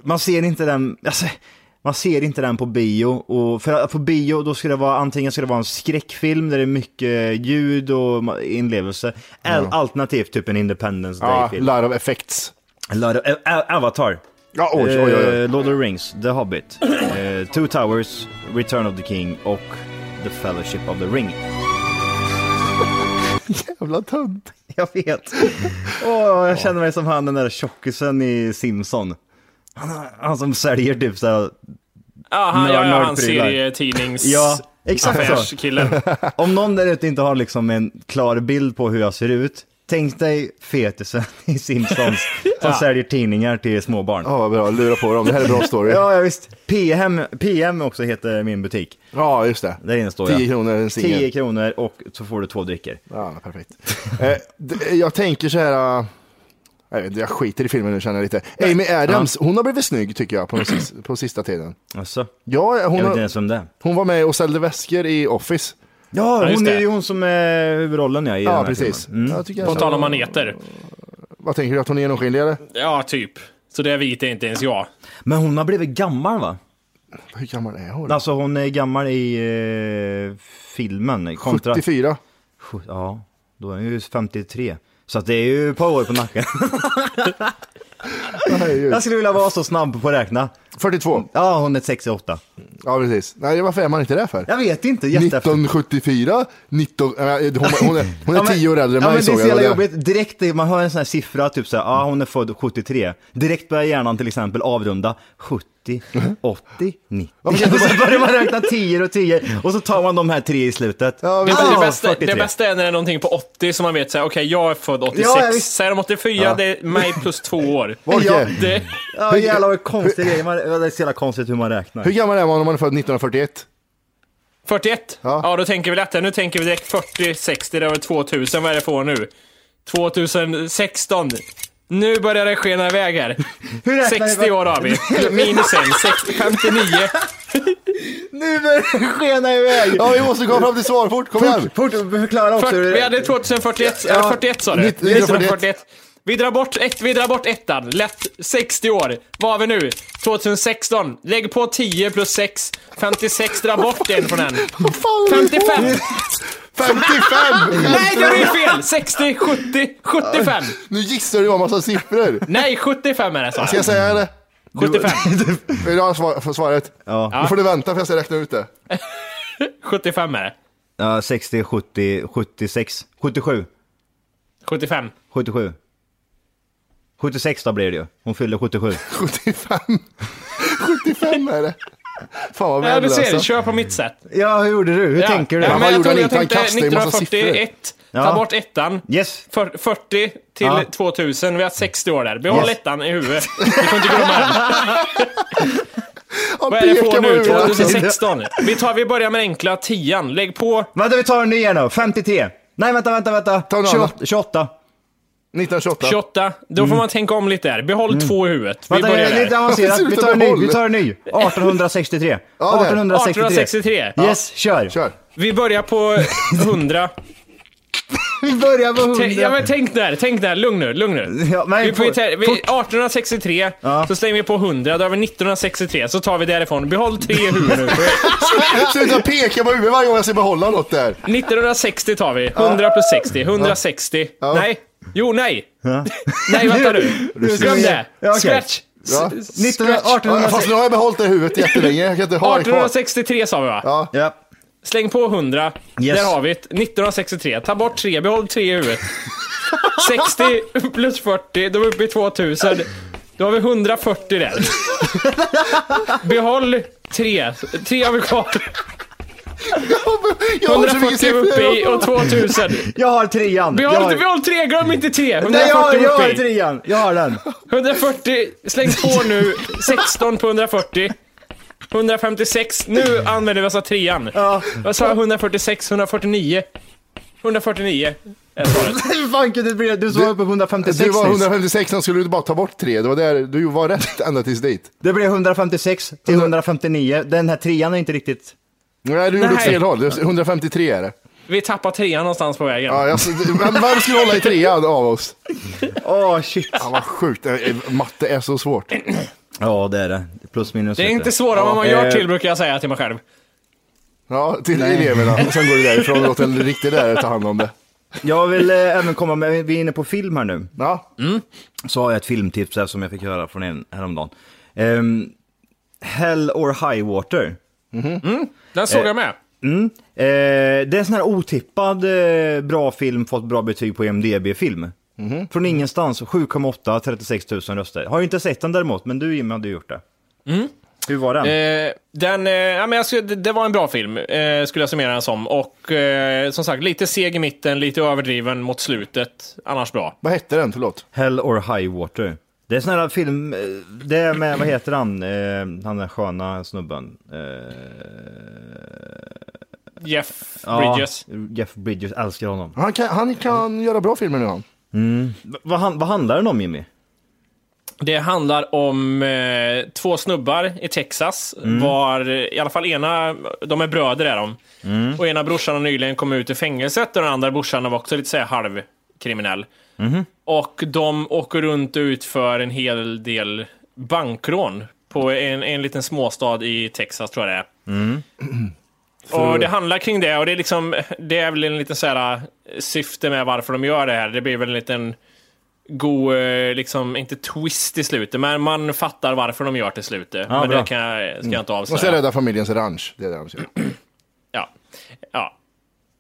[SPEAKER 4] man ser inte den, alltså, man ser inte den på bio. Och för att på bio då ska det vara antingen ska det vara en skräckfilm där det är mycket ljud och ma- inlevelse. Eller Alternativt typ en Independence
[SPEAKER 1] Ja,
[SPEAKER 4] Day-film.
[SPEAKER 1] lot of effects.
[SPEAKER 4] Lord of- Ä- Ä- Avatar.
[SPEAKER 1] Ja, oj, oj, oj. oj.
[SPEAKER 4] Eh, Lord of the Rings, The Hobbit, eh, Two Towers, Return of the King och The Fellowship of the Ring.
[SPEAKER 1] Jävla tönt.
[SPEAKER 4] Jag vet. Åh, jag känner mig som han den där tjockisen i Simpson. Han, han som säljer typ såhär,
[SPEAKER 3] Ja, han, ja, ja, han
[SPEAKER 4] Nördprylar.
[SPEAKER 3] serietidnings...
[SPEAKER 4] Ja, exakt så.
[SPEAKER 3] affärskillen.
[SPEAKER 4] om någon där ute inte har liksom en klar bild på hur jag ser ut, tänk dig fetisen i Simpsons som säljer tidningar till småbarn.
[SPEAKER 1] Ja, vad bra. Lura på dem. Det här är en bra story.
[SPEAKER 4] Ja, ja visst. PM, PM också heter min butik.
[SPEAKER 1] Ja, just det.
[SPEAKER 4] Där inne står
[SPEAKER 1] 10
[SPEAKER 4] jag.
[SPEAKER 1] kronor en singel.
[SPEAKER 4] 10 kronor och så får du två drycker.
[SPEAKER 1] Ja, perfekt. eh, d- jag tänker så här... eh, Jag, vet, inte, jag skiter i filmen nu känner jag lite. Amy Adams, hon har blivit snygg tycker jag på, någon sis, på sista tiden.
[SPEAKER 4] Alltså,
[SPEAKER 1] Ja, hon,
[SPEAKER 4] jag vet inte
[SPEAKER 1] har,
[SPEAKER 4] ens vem det är.
[SPEAKER 1] hon var med och sålde väskor i Office.
[SPEAKER 4] Ja,
[SPEAKER 3] just
[SPEAKER 4] hon
[SPEAKER 3] det.
[SPEAKER 4] är ju hon som är huvudrollen ja, i den
[SPEAKER 1] Ja,
[SPEAKER 4] här
[SPEAKER 1] precis.
[SPEAKER 4] filmen. Mm.
[SPEAKER 1] Jag tycker
[SPEAKER 3] På
[SPEAKER 1] jag-
[SPEAKER 3] tal om maneter.
[SPEAKER 1] Vad tänker du, att hon är genomskinlig eller?
[SPEAKER 3] Ja, typ. Så det vet inte ens jag.
[SPEAKER 4] Men hon har blivit gammal va?
[SPEAKER 1] Hur gammal är hon?
[SPEAKER 4] Alltså hon är gammal i eh, filmen. Kontra...
[SPEAKER 1] 74.
[SPEAKER 4] Sju- Ja, då är hon ju 53. Så att det är ju ett par år på nacken.
[SPEAKER 1] Herregud.
[SPEAKER 4] Jag skulle vilja vara så snabb på att räkna.
[SPEAKER 1] 42.
[SPEAKER 4] Ja, hon är 68.
[SPEAKER 1] Ja, precis. Nej, varför är man inte det för?
[SPEAKER 4] Jag vet inte, jätteefter.
[SPEAKER 1] 1974, 19... äh, Hon, hon är, hon är
[SPEAKER 4] Ja, men-
[SPEAKER 1] tio år äldre än
[SPEAKER 4] ja,
[SPEAKER 1] mig
[SPEAKER 4] men det är
[SPEAKER 1] såg jag.
[SPEAKER 4] så jävla
[SPEAKER 1] Det- Mm.
[SPEAKER 4] jobbigt. Direkt, man hör en sån här siffra, typ såhär, ja ah, hon är född 73. Direkt börjar hjärnan till exempel avrunda 70,
[SPEAKER 1] Mm.
[SPEAKER 4] 80, 90. Och så börjar man räkna 10 och 10 och så tar man de här tre i slutet.
[SPEAKER 1] Ja, vi-
[SPEAKER 3] Ja,
[SPEAKER 1] Ja,
[SPEAKER 3] det, bästa, det
[SPEAKER 4] 43.
[SPEAKER 3] bästa är när det är någonting på 80 som man vet såhär, okej jag är född 86,
[SPEAKER 4] Ja, ja, visst.
[SPEAKER 3] säger de 84, det är mig plus två år.
[SPEAKER 1] Volke,
[SPEAKER 4] Ja.
[SPEAKER 3] Det,
[SPEAKER 4] Ja jävlar vad konstig grej, man, ja, det är så jävla konstigt hur man räknar.
[SPEAKER 1] Hur gammal är man om man är född 1941?
[SPEAKER 3] 41?
[SPEAKER 1] Ja.
[SPEAKER 3] Ja. då tänker vi lätt. Nu tänker vi direkt 40, 60, det var 2000, vad är det för år nu? 2016. Nu börjar det skena iväg här.
[SPEAKER 4] Hur räknar ni?
[SPEAKER 3] 60 år har vi. Minus en, 60, 59.
[SPEAKER 4] Nu börjar det skena iväg!
[SPEAKER 1] Ja, vi måste komma fram till svar fort, kom igen!
[SPEAKER 4] Fort, fort, förklara också hur
[SPEAKER 3] 40, vi hade 2041, eller 41 sa du? 1941. Vi drar bort, ett, vi drar bort ettan, lätt 60 år. Vad har vi nu? 2016. Lägg på 10 plus 6, 56, dra bort en från den.
[SPEAKER 1] Vad fan är det?
[SPEAKER 3] 55!
[SPEAKER 1] 55!
[SPEAKER 3] Nej, det var ju fel! 60, 70, 75!
[SPEAKER 1] Nu gissar du en massa siffror.
[SPEAKER 3] Nej, 75 är det så.
[SPEAKER 1] Ska jag säga det?
[SPEAKER 3] 75.
[SPEAKER 1] Vill du ha svar, för svaret?
[SPEAKER 4] Ja.
[SPEAKER 1] Då får du vänta för jag ska räkna ut det.
[SPEAKER 3] 75 är det.
[SPEAKER 4] Ja, 60, 70, 76, 77,
[SPEAKER 3] 75.
[SPEAKER 4] 77. 76 då blir det ju. Hon fyller 77.
[SPEAKER 1] 75. 75 är det. Fan vad
[SPEAKER 3] Ja, du
[SPEAKER 1] värdelöst.
[SPEAKER 3] ser,
[SPEAKER 1] alltså.
[SPEAKER 3] kör på mitt sätt.
[SPEAKER 4] Ja, hur gjorde du? Hur
[SPEAKER 3] Ja.
[SPEAKER 4] tänker du?
[SPEAKER 3] Ja,
[SPEAKER 1] Vad
[SPEAKER 3] men jag,
[SPEAKER 1] gjorde
[SPEAKER 3] trodde,
[SPEAKER 1] han
[SPEAKER 3] jag
[SPEAKER 1] inte? Han
[SPEAKER 3] tänkte
[SPEAKER 1] kastade ju massa siffror.
[SPEAKER 3] 1941,
[SPEAKER 4] Ja.
[SPEAKER 3] ta bort ettan.
[SPEAKER 4] Yes.
[SPEAKER 3] För, 40 till
[SPEAKER 4] Ja.
[SPEAKER 3] 2000, vi har 60 år där. Behåll
[SPEAKER 4] Yes.
[SPEAKER 3] ettan i huvudet. Vi får inte glömma den.
[SPEAKER 1] Han
[SPEAKER 3] Vad är det på
[SPEAKER 1] pekar
[SPEAKER 3] nu?
[SPEAKER 1] på huvudet.
[SPEAKER 3] 2016. Vi, tar, vi börjar med den enkla tian. Lägg på...
[SPEAKER 4] Vänta, vi tar en ny igen då. 53. Nej, vänta, vänta, vänta.
[SPEAKER 1] en annan.
[SPEAKER 4] 28. 28.
[SPEAKER 1] 1928.
[SPEAKER 3] 28, då får man tänka om lite där. Behåll två i huvudet. Vi
[SPEAKER 4] Mm. Vänta, det
[SPEAKER 3] börjar
[SPEAKER 4] är lite
[SPEAKER 3] där.
[SPEAKER 4] avancerat. Vi tar en ny. Vi tar en ny. 1863.
[SPEAKER 1] Ja, det är.
[SPEAKER 4] 1863.
[SPEAKER 3] 1863.
[SPEAKER 4] Yes, kör.
[SPEAKER 1] Kör.
[SPEAKER 3] Vi börjar på 100.
[SPEAKER 4] Vi börjar med 100.
[SPEAKER 3] Tänk, ja, men tänk där, tänk där. Lugn nu, lugn nu.
[SPEAKER 4] Ja, men
[SPEAKER 3] vi, får ju
[SPEAKER 4] fort,
[SPEAKER 3] tä- vi,
[SPEAKER 4] fort.
[SPEAKER 3] 1863, så slänger vi på 100, då har vi 1963, så tar vi därifrån. Behåll tre i huvudet nu.
[SPEAKER 1] Sluta peka på huvudet varje gång jag ska behålla något där.
[SPEAKER 3] 1960 tar vi. 100 plus 60, 160. Nej. Jo, nej. Nej, vänta nu. Glöm det.
[SPEAKER 4] Ja, okej.
[SPEAKER 3] Scratch. S-
[SPEAKER 1] Ja.
[SPEAKER 3] scratch.
[SPEAKER 4] 1918.
[SPEAKER 1] Ja, Fast nu har jag behållit det i huvudet jättelänge. Jag kan inte ha det kvar.
[SPEAKER 3] 1863 sa vi va?
[SPEAKER 4] Ja.
[SPEAKER 3] Släng på 100.
[SPEAKER 4] Yes.
[SPEAKER 3] Där har vi det. 1963. Ta bort tre, behåll tre i huvudet. 60 plus 40, då är vi uppe i 2000. Då har vi 140 där. Behåll 3. 3 har vi kvar.
[SPEAKER 1] Jag har så mycket
[SPEAKER 3] 140 är vi uppe i
[SPEAKER 1] siffror.
[SPEAKER 3] och 2000.
[SPEAKER 4] Jag har trean!
[SPEAKER 3] Behåll,
[SPEAKER 4] jag har...
[SPEAKER 3] behåll 3, glöm inte 3. 140
[SPEAKER 4] Nej, jag har, jag
[SPEAKER 3] uppe
[SPEAKER 4] har
[SPEAKER 3] i.
[SPEAKER 4] trean! Jag har den!
[SPEAKER 3] 140, släng på nu 16 på 140. 156, nu använder vi oss av trean.
[SPEAKER 4] Ja.
[SPEAKER 3] Vad sa jag? 146, 149. 149.
[SPEAKER 4] Hur fan kunde det bli det? Du som var uppe på 156
[SPEAKER 1] Alltså, Du var
[SPEAKER 4] nyss.
[SPEAKER 1] 156, sen skulle du bara ta bort tre. Det var där du var rätt ända tills dit.
[SPEAKER 4] Det blev 156 till 159. Den här trean är inte riktigt...
[SPEAKER 1] Nej, du gjorde åt
[SPEAKER 3] Nej.
[SPEAKER 1] fel håll. Det är 153 är det.
[SPEAKER 3] Vi tappar trean någonstans på vägen.
[SPEAKER 1] Ja, jag, vem, vem skulle hålla i trean av oss?
[SPEAKER 4] Åh shit.
[SPEAKER 1] Ja, vad sjukt. Eh, eh, Matte är så svårt.
[SPEAKER 4] Ja det är det. Plus minus.
[SPEAKER 3] det är
[SPEAKER 4] vet
[SPEAKER 3] inte
[SPEAKER 4] du.
[SPEAKER 3] svårare än vad man
[SPEAKER 4] Ja.
[SPEAKER 3] gör
[SPEAKER 4] Eh.
[SPEAKER 3] till, brukar jag säga till mig själv.
[SPEAKER 1] Ja, till eleverna. Och sen går du därifrån och låter en riktig lärare ta hand om det.
[SPEAKER 4] Jag vill eh, även komma med, vi är inne på film här nu.
[SPEAKER 1] Ja,
[SPEAKER 4] Så har jag ett filmtips här som jag fick höra från en häromdagen. Ehm, Hell or High Water.
[SPEAKER 3] Den såg jag med.
[SPEAKER 4] Mm. Eh, det är en sån här otippad eh, bra film, fått bra betyg på IMDB-film. Från ingenstans, 7,8, 36 000 röster. Har ju inte sett den däremot, men du Jimmy hade ju gjort det. Hur var den?
[SPEAKER 3] Mm. Eh, den, eh, ja, men jag skulle, det, det var en bra film, eh, skulle jag summera den som. Och eh, som sagt, lite seg i mitten, lite överdriven mot slutet. Annars bra.
[SPEAKER 1] vad hette den? Förlåt.
[SPEAKER 4] Hell or High Water. Det är sån här film, eh, det är med, vad heter han, eh, han den sköna snubben? Eh,
[SPEAKER 3] Jeff
[SPEAKER 4] ja,
[SPEAKER 3] Bridges.
[SPEAKER 4] Jeff Bridges, älskar honom.
[SPEAKER 1] Han kan, han kan göra bra filmer nu han.
[SPEAKER 4] V- vad, han, vad handlar den om Jimmy?
[SPEAKER 3] Det handlar om eh, två snubbar i Texas, var eh, i alla fall ena, de är bröder är de. Och ena brorsan har nyligen kommit ut ur fängelset och den andra brorsan var också lite så här halvkriminell.
[SPEAKER 4] Mhm.
[SPEAKER 3] Och de åker runt och utför en hel del bankrån på en, en liten småstad i Texas tror jag det är.
[SPEAKER 4] Mm.
[SPEAKER 3] Och det handlar kring det och det är liksom, det är väl en liten så här eh, syfte med varför de gör det här. Det blir väl en liten god, eh, liksom, inte twist i slutet, men man fattar varför de gör till slutet.
[SPEAKER 4] Ja,
[SPEAKER 3] men
[SPEAKER 4] bra. Mm.
[SPEAKER 3] det kan jag, ska jag inte
[SPEAKER 1] Och sen
[SPEAKER 3] avslöja.
[SPEAKER 1] Rädda Familjens Ranch. Det, är det, han säger.
[SPEAKER 3] Ja. Ja.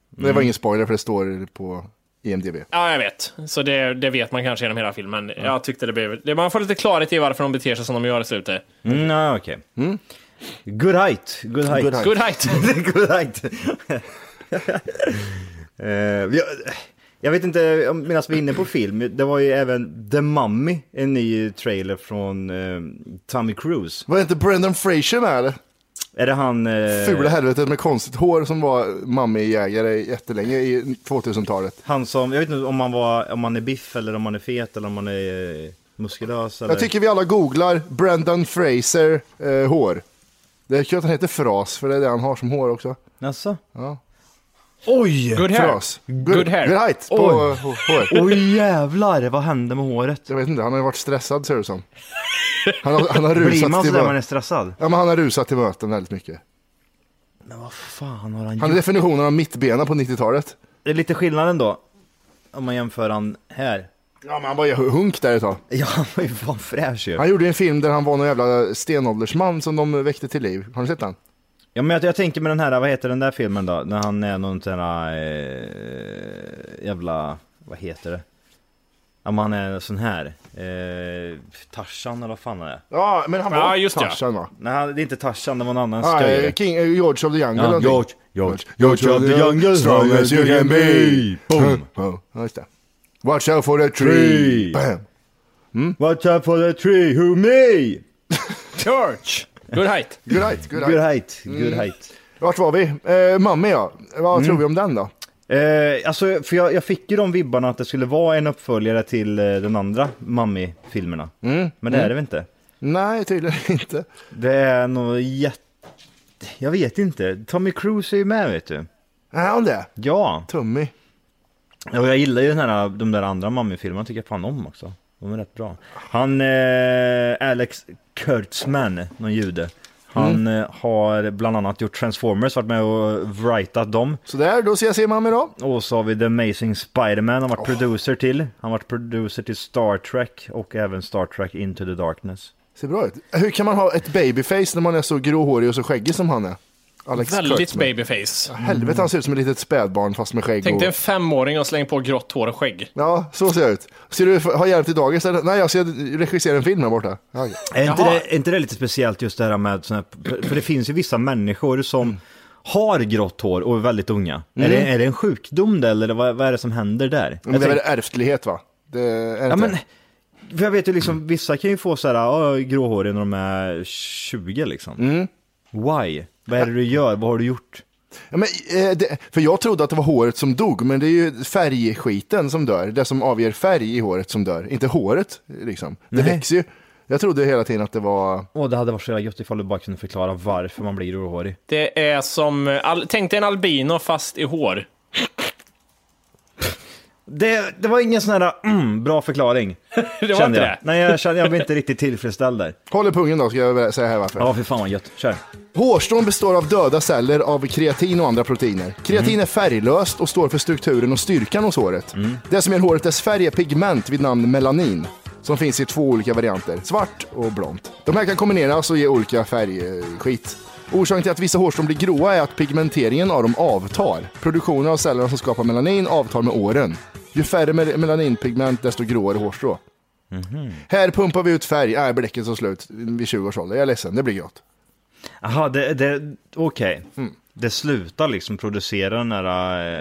[SPEAKER 1] det var ingen spoiler för det står på IMDB.
[SPEAKER 3] ja, jag vet. Så det, det vet man kanske genom hela filmen. Jag tyckte det blev... Det, man får lite klarhet i varför de beter sig som de gör i slutet.
[SPEAKER 4] Mm, ja, okej. Good height, good height.
[SPEAKER 1] Good height.
[SPEAKER 3] Good height!
[SPEAKER 4] Good height. Eh, jag, jag vet inte, om- medan vi är inne på film, det var ju även The Mummy, en ny trailer från eh, Tommy Cruise.
[SPEAKER 1] Var det inte Brendan Fraser med eller?
[SPEAKER 4] Är det han... eh,
[SPEAKER 1] Fula helvetet med konstigt hår som var mammi-jägare jättelänge i 2000-talet.
[SPEAKER 4] Han som, jag vet inte om han var, om han är biff eller om han är fet eller om han är eh, muskulös eller...
[SPEAKER 1] Jag tycker vi alla googlar Brendan Fraser eh, hår. Det är kul att han heter Fras, för det är det han har som hår också.
[SPEAKER 4] Jaså?
[SPEAKER 1] Ja.
[SPEAKER 4] Oj!
[SPEAKER 3] Good hair!
[SPEAKER 1] Fras.
[SPEAKER 3] Good hair.
[SPEAKER 1] Good height på
[SPEAKER 4] Oj.
[SPEAKER 1] h- hår.
[SPEAKER 4] Oj jävlar, vad hände med håret?
[SPEAKER 1] Jag vet inte, han har ju varit stressad ser det som. Han har, han har
[SPEAKER 4] Blir man
[SPEAKER 1] rusat till
[SPEAKER 4] sådär när man är
[SPEAKER 1] möten.
[SPEAKER 4] stressad?
[SPEAKER 1] Ja, men han har rusat till möten väldigt mycket.
[SPEAKER 4] Men vad fan har han
[SPEAKER 1] Han är
[SPEAKER 4] gjort?
[SPEAKER 1] definitionen av mittbena på 90-talet.
[SPEAKER 4] Det är lite skillnaden då. Om man jämför han här.
[SPEAKER 1] Ja, men han var ju hunk där ett tag.
[SPEAKER 4] Ja, han var ju fan fräsch ju.
[SPEAKER 1] Han gjorde ju en film där han var någon jävla stenåldersman som de väckte till liv. Har ni sett den?
[SPEAKER 4] Ja men jag, jag tänker med den här, vad heter den där filmen då? När han är någon sån här eh, jävla, vad heter det? Ja men han är sån här, eh, Tarzan eller vad fan är det?
[SPEAKER 1] Ja, men han var
[SPEAKER 3] Ja, just det.
[SPEAKER 1] Tarzan va?
[SPEAKER 4] Nej han- det är inte Tarzan, det var en annan
[SPEAKER 1] Ja,
[SPEAKER 4] sköjare.
[SPEAKER 1] eh, King, eh, George of the Jungle
[SPEAKER 4] Ja,
[SPEAKER 1] någonting.
[SPEAKER 4] George, George, George of the jungle, strong as you can be. Boom!
[SPEAKER 1] Ja, ja, just det. Watch out for the tree!
[SPEAKER 4] Tree.
[SPEAKER 1] Bam.
[SPEAKER 4] Watch out for the tree, who me?
[SPEAKER 3] Church! Good height!
[SPEAKER 1] Good height, good
[SPEAKER 4] Good
[SPEAKER 1] height.
[SPEAKER 4] height, good height.
[SPEAKER 1] Vart var vi? Eh, Mamma ja, vad
[SPEAKER 4] Mm.
[SPEAKER 1] tror vi om den då?
[SPEAKER 4] Eh, alltså, för jag, jag fick ju de vibbarna att det skulle vara en uppföljare till eh, den andra Mummy-filmerna. Men det är det väl inte?
[SPEAKER 1] Nej, tydligen inte.
[SPEAKER 4] Det är nog jätte... Jag vet inte. Tommy Cruise är ju med vet du.
[SPEAKER 1] Är han det?
[SPEAKER 4] Ja.
[SPEAKER 1] Tummy.
[SPEAKER 4] Och jag gillar ju den här, de där andra Mummy-filmerna tycker jag fan om också. De är rätt bra. Han, eh, Alex Kurtzman, någon jude. Han eh, har bland annat gjort Transformers, varit med och writat dem.
[SPEAKER 1] Sådär, då ses jag mamma då.
[SPEAKER 4] Och så har vi The Amazing Spider-Man, han har varit producer till. Han har varit producer till Star Trek och även Star Trek Into the Darkness.
[SPEAKER 1] Ser bra ut. Hur kan man ha ett babyface när man är så gråhårig och så skäggig som han är? Alex
[SPEAKER 3] Väldigt
[SPEAKER 1] Kurtzman.
[SPEAKER 3] babyface.
[SPEAKER 1] Helvete, han ser ut som ett litet spädbarn fast med skägg
[SPEAKER 3] Tänk dig en
[SPEAKER 1] och...
[SPEAKER 3] femåring och släng på grått hår och skägg.
[SPEAKER 1] Ja, så ser jag ut. Ska du ha hjälp till dagis? eller? Nej, jag ska regissera en film här borta. Ja, okej.
[SPEAKER 4] Är inte,
[SPEAKER 3] Jaha.
[SPEAKER 4] det, är inte det lite speciellt just det här med såna här, för det finns ju vissa människor som har grått hår och är väldigt unga. Är, det, är det en sjukdom det, eller vad, vad är det som händer där?
[SPEAKER 1] Men
[SPEAKER 4] Jag
[SPEAKER 1] det är
[SPEAKER 4] tänk-
[SPEAKER 1] väl ärftlighet va? Det är
[SPEAKER 4] ja,
[SPEAKER 1] inte-
[SPEAKER 4] men, för jag vet ju liksom, vissa kan ju få så här, "Ah, gråhåriga när de är 20 liksom.
[SPEAKER 1] Mm.
[SPEAKER 4] Why? Vad är det du gör? Vad har du gjort?
[SPEAKER 1] Ja, men, eh, det, för jag trodde att det var håret som dog, men det är ju färgskiten som dör. Det som avger färg i håret som dör. Inte håret, liksom. Det
[SPEAKER 4] Nej.
[SPEAKER 1] växer ju. Jag trodde hela tiden att det var...
[SPEAKER 4] Åh, det hade varit så jävla gött ifall du bara kunde förklara varför man blir gråhårig.
[SPEAKER 3] Det är som, eh, al- tänk dig en albino fast i hår.
[SPEAKER 4] Det, det var ingen sån här mm, bra förklaring.
[SPEAKER 3] Det var
[SPEAKER 4] kände
[SPEAKER 3] inte
[SPEAKER 4] jag.
[SPEAKER 3] det.
[SPEAKER 4] Nej, jag kände jag blev inte riktigt tillfredsställd där.
[SPEAKER 1] Håll i pungen då, ska jag säga här varför.
[SPEAKER 4] Ja, för fan vad gött. Kör.
[SPEAKER 1] Hårstrån består av döda celler av kreatin och andra proteiner. Kreatin är färglöst och står för strukturen och styrkan hos håret. Det som ger håret dess färg är pigment vid namn melanin, som finns i två olika varianter, svart och blont. De här kan kombineras och ge olika färgskit. Orsaken till att vissa hårstrån blir gråa är att pigmenteringen av dem avtar. Produktionen av cellerna som skapar melanin avtar med åren. Ju färre mel- melaninpigment, desto gråare hårstrå. Här pumpar vi ut färg, nej bläcket tar slut vid 20 års ålder. Jag är ledsen, det blir grått.
[SPEAKER 4] Jaha, det, det, okej. Det slutar liksom producera den där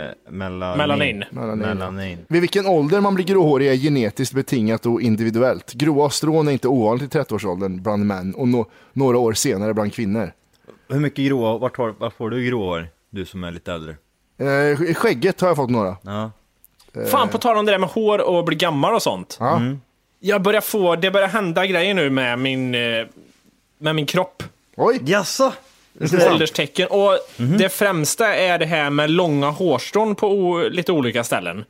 [SPEAKER 4] eh, melanin.
[SPEAKER 3] Melanin.
[SPEAKER 4] melanin.
[SPEAKER 1] Vid vilken ålder man blir gråhårig är genetiskt betingat och individuellt. Gråa strån är inte ovanligt i 30-årsåldern bland män och nå- några år senare bland kvinnor.
[SPEAKER 4] Hur mycket grå, vart, har, vart får du gråhår? Du som är lite äldre.
[SPEAKER 1] Eh, i skägget har jag fått några.
[SPEAKER 4] Ja.
[SPEAKER 3] Fan, på tal om det där med hår och bli gammal och sånt.
[SPEAKER 1] Ja.
[SPEAKER 4] Mm.
[SPEAKER 3] Jag börjar få, det börjar hända grejer nu med min, eh, med min kropp.
[SPEAKER 1] Oj!
[SPEAKER 4] Jaså?
[SPEAKER 3] Ålderstecken. Och det främsta är det här med långa hårstrån på o- lite olika ställen.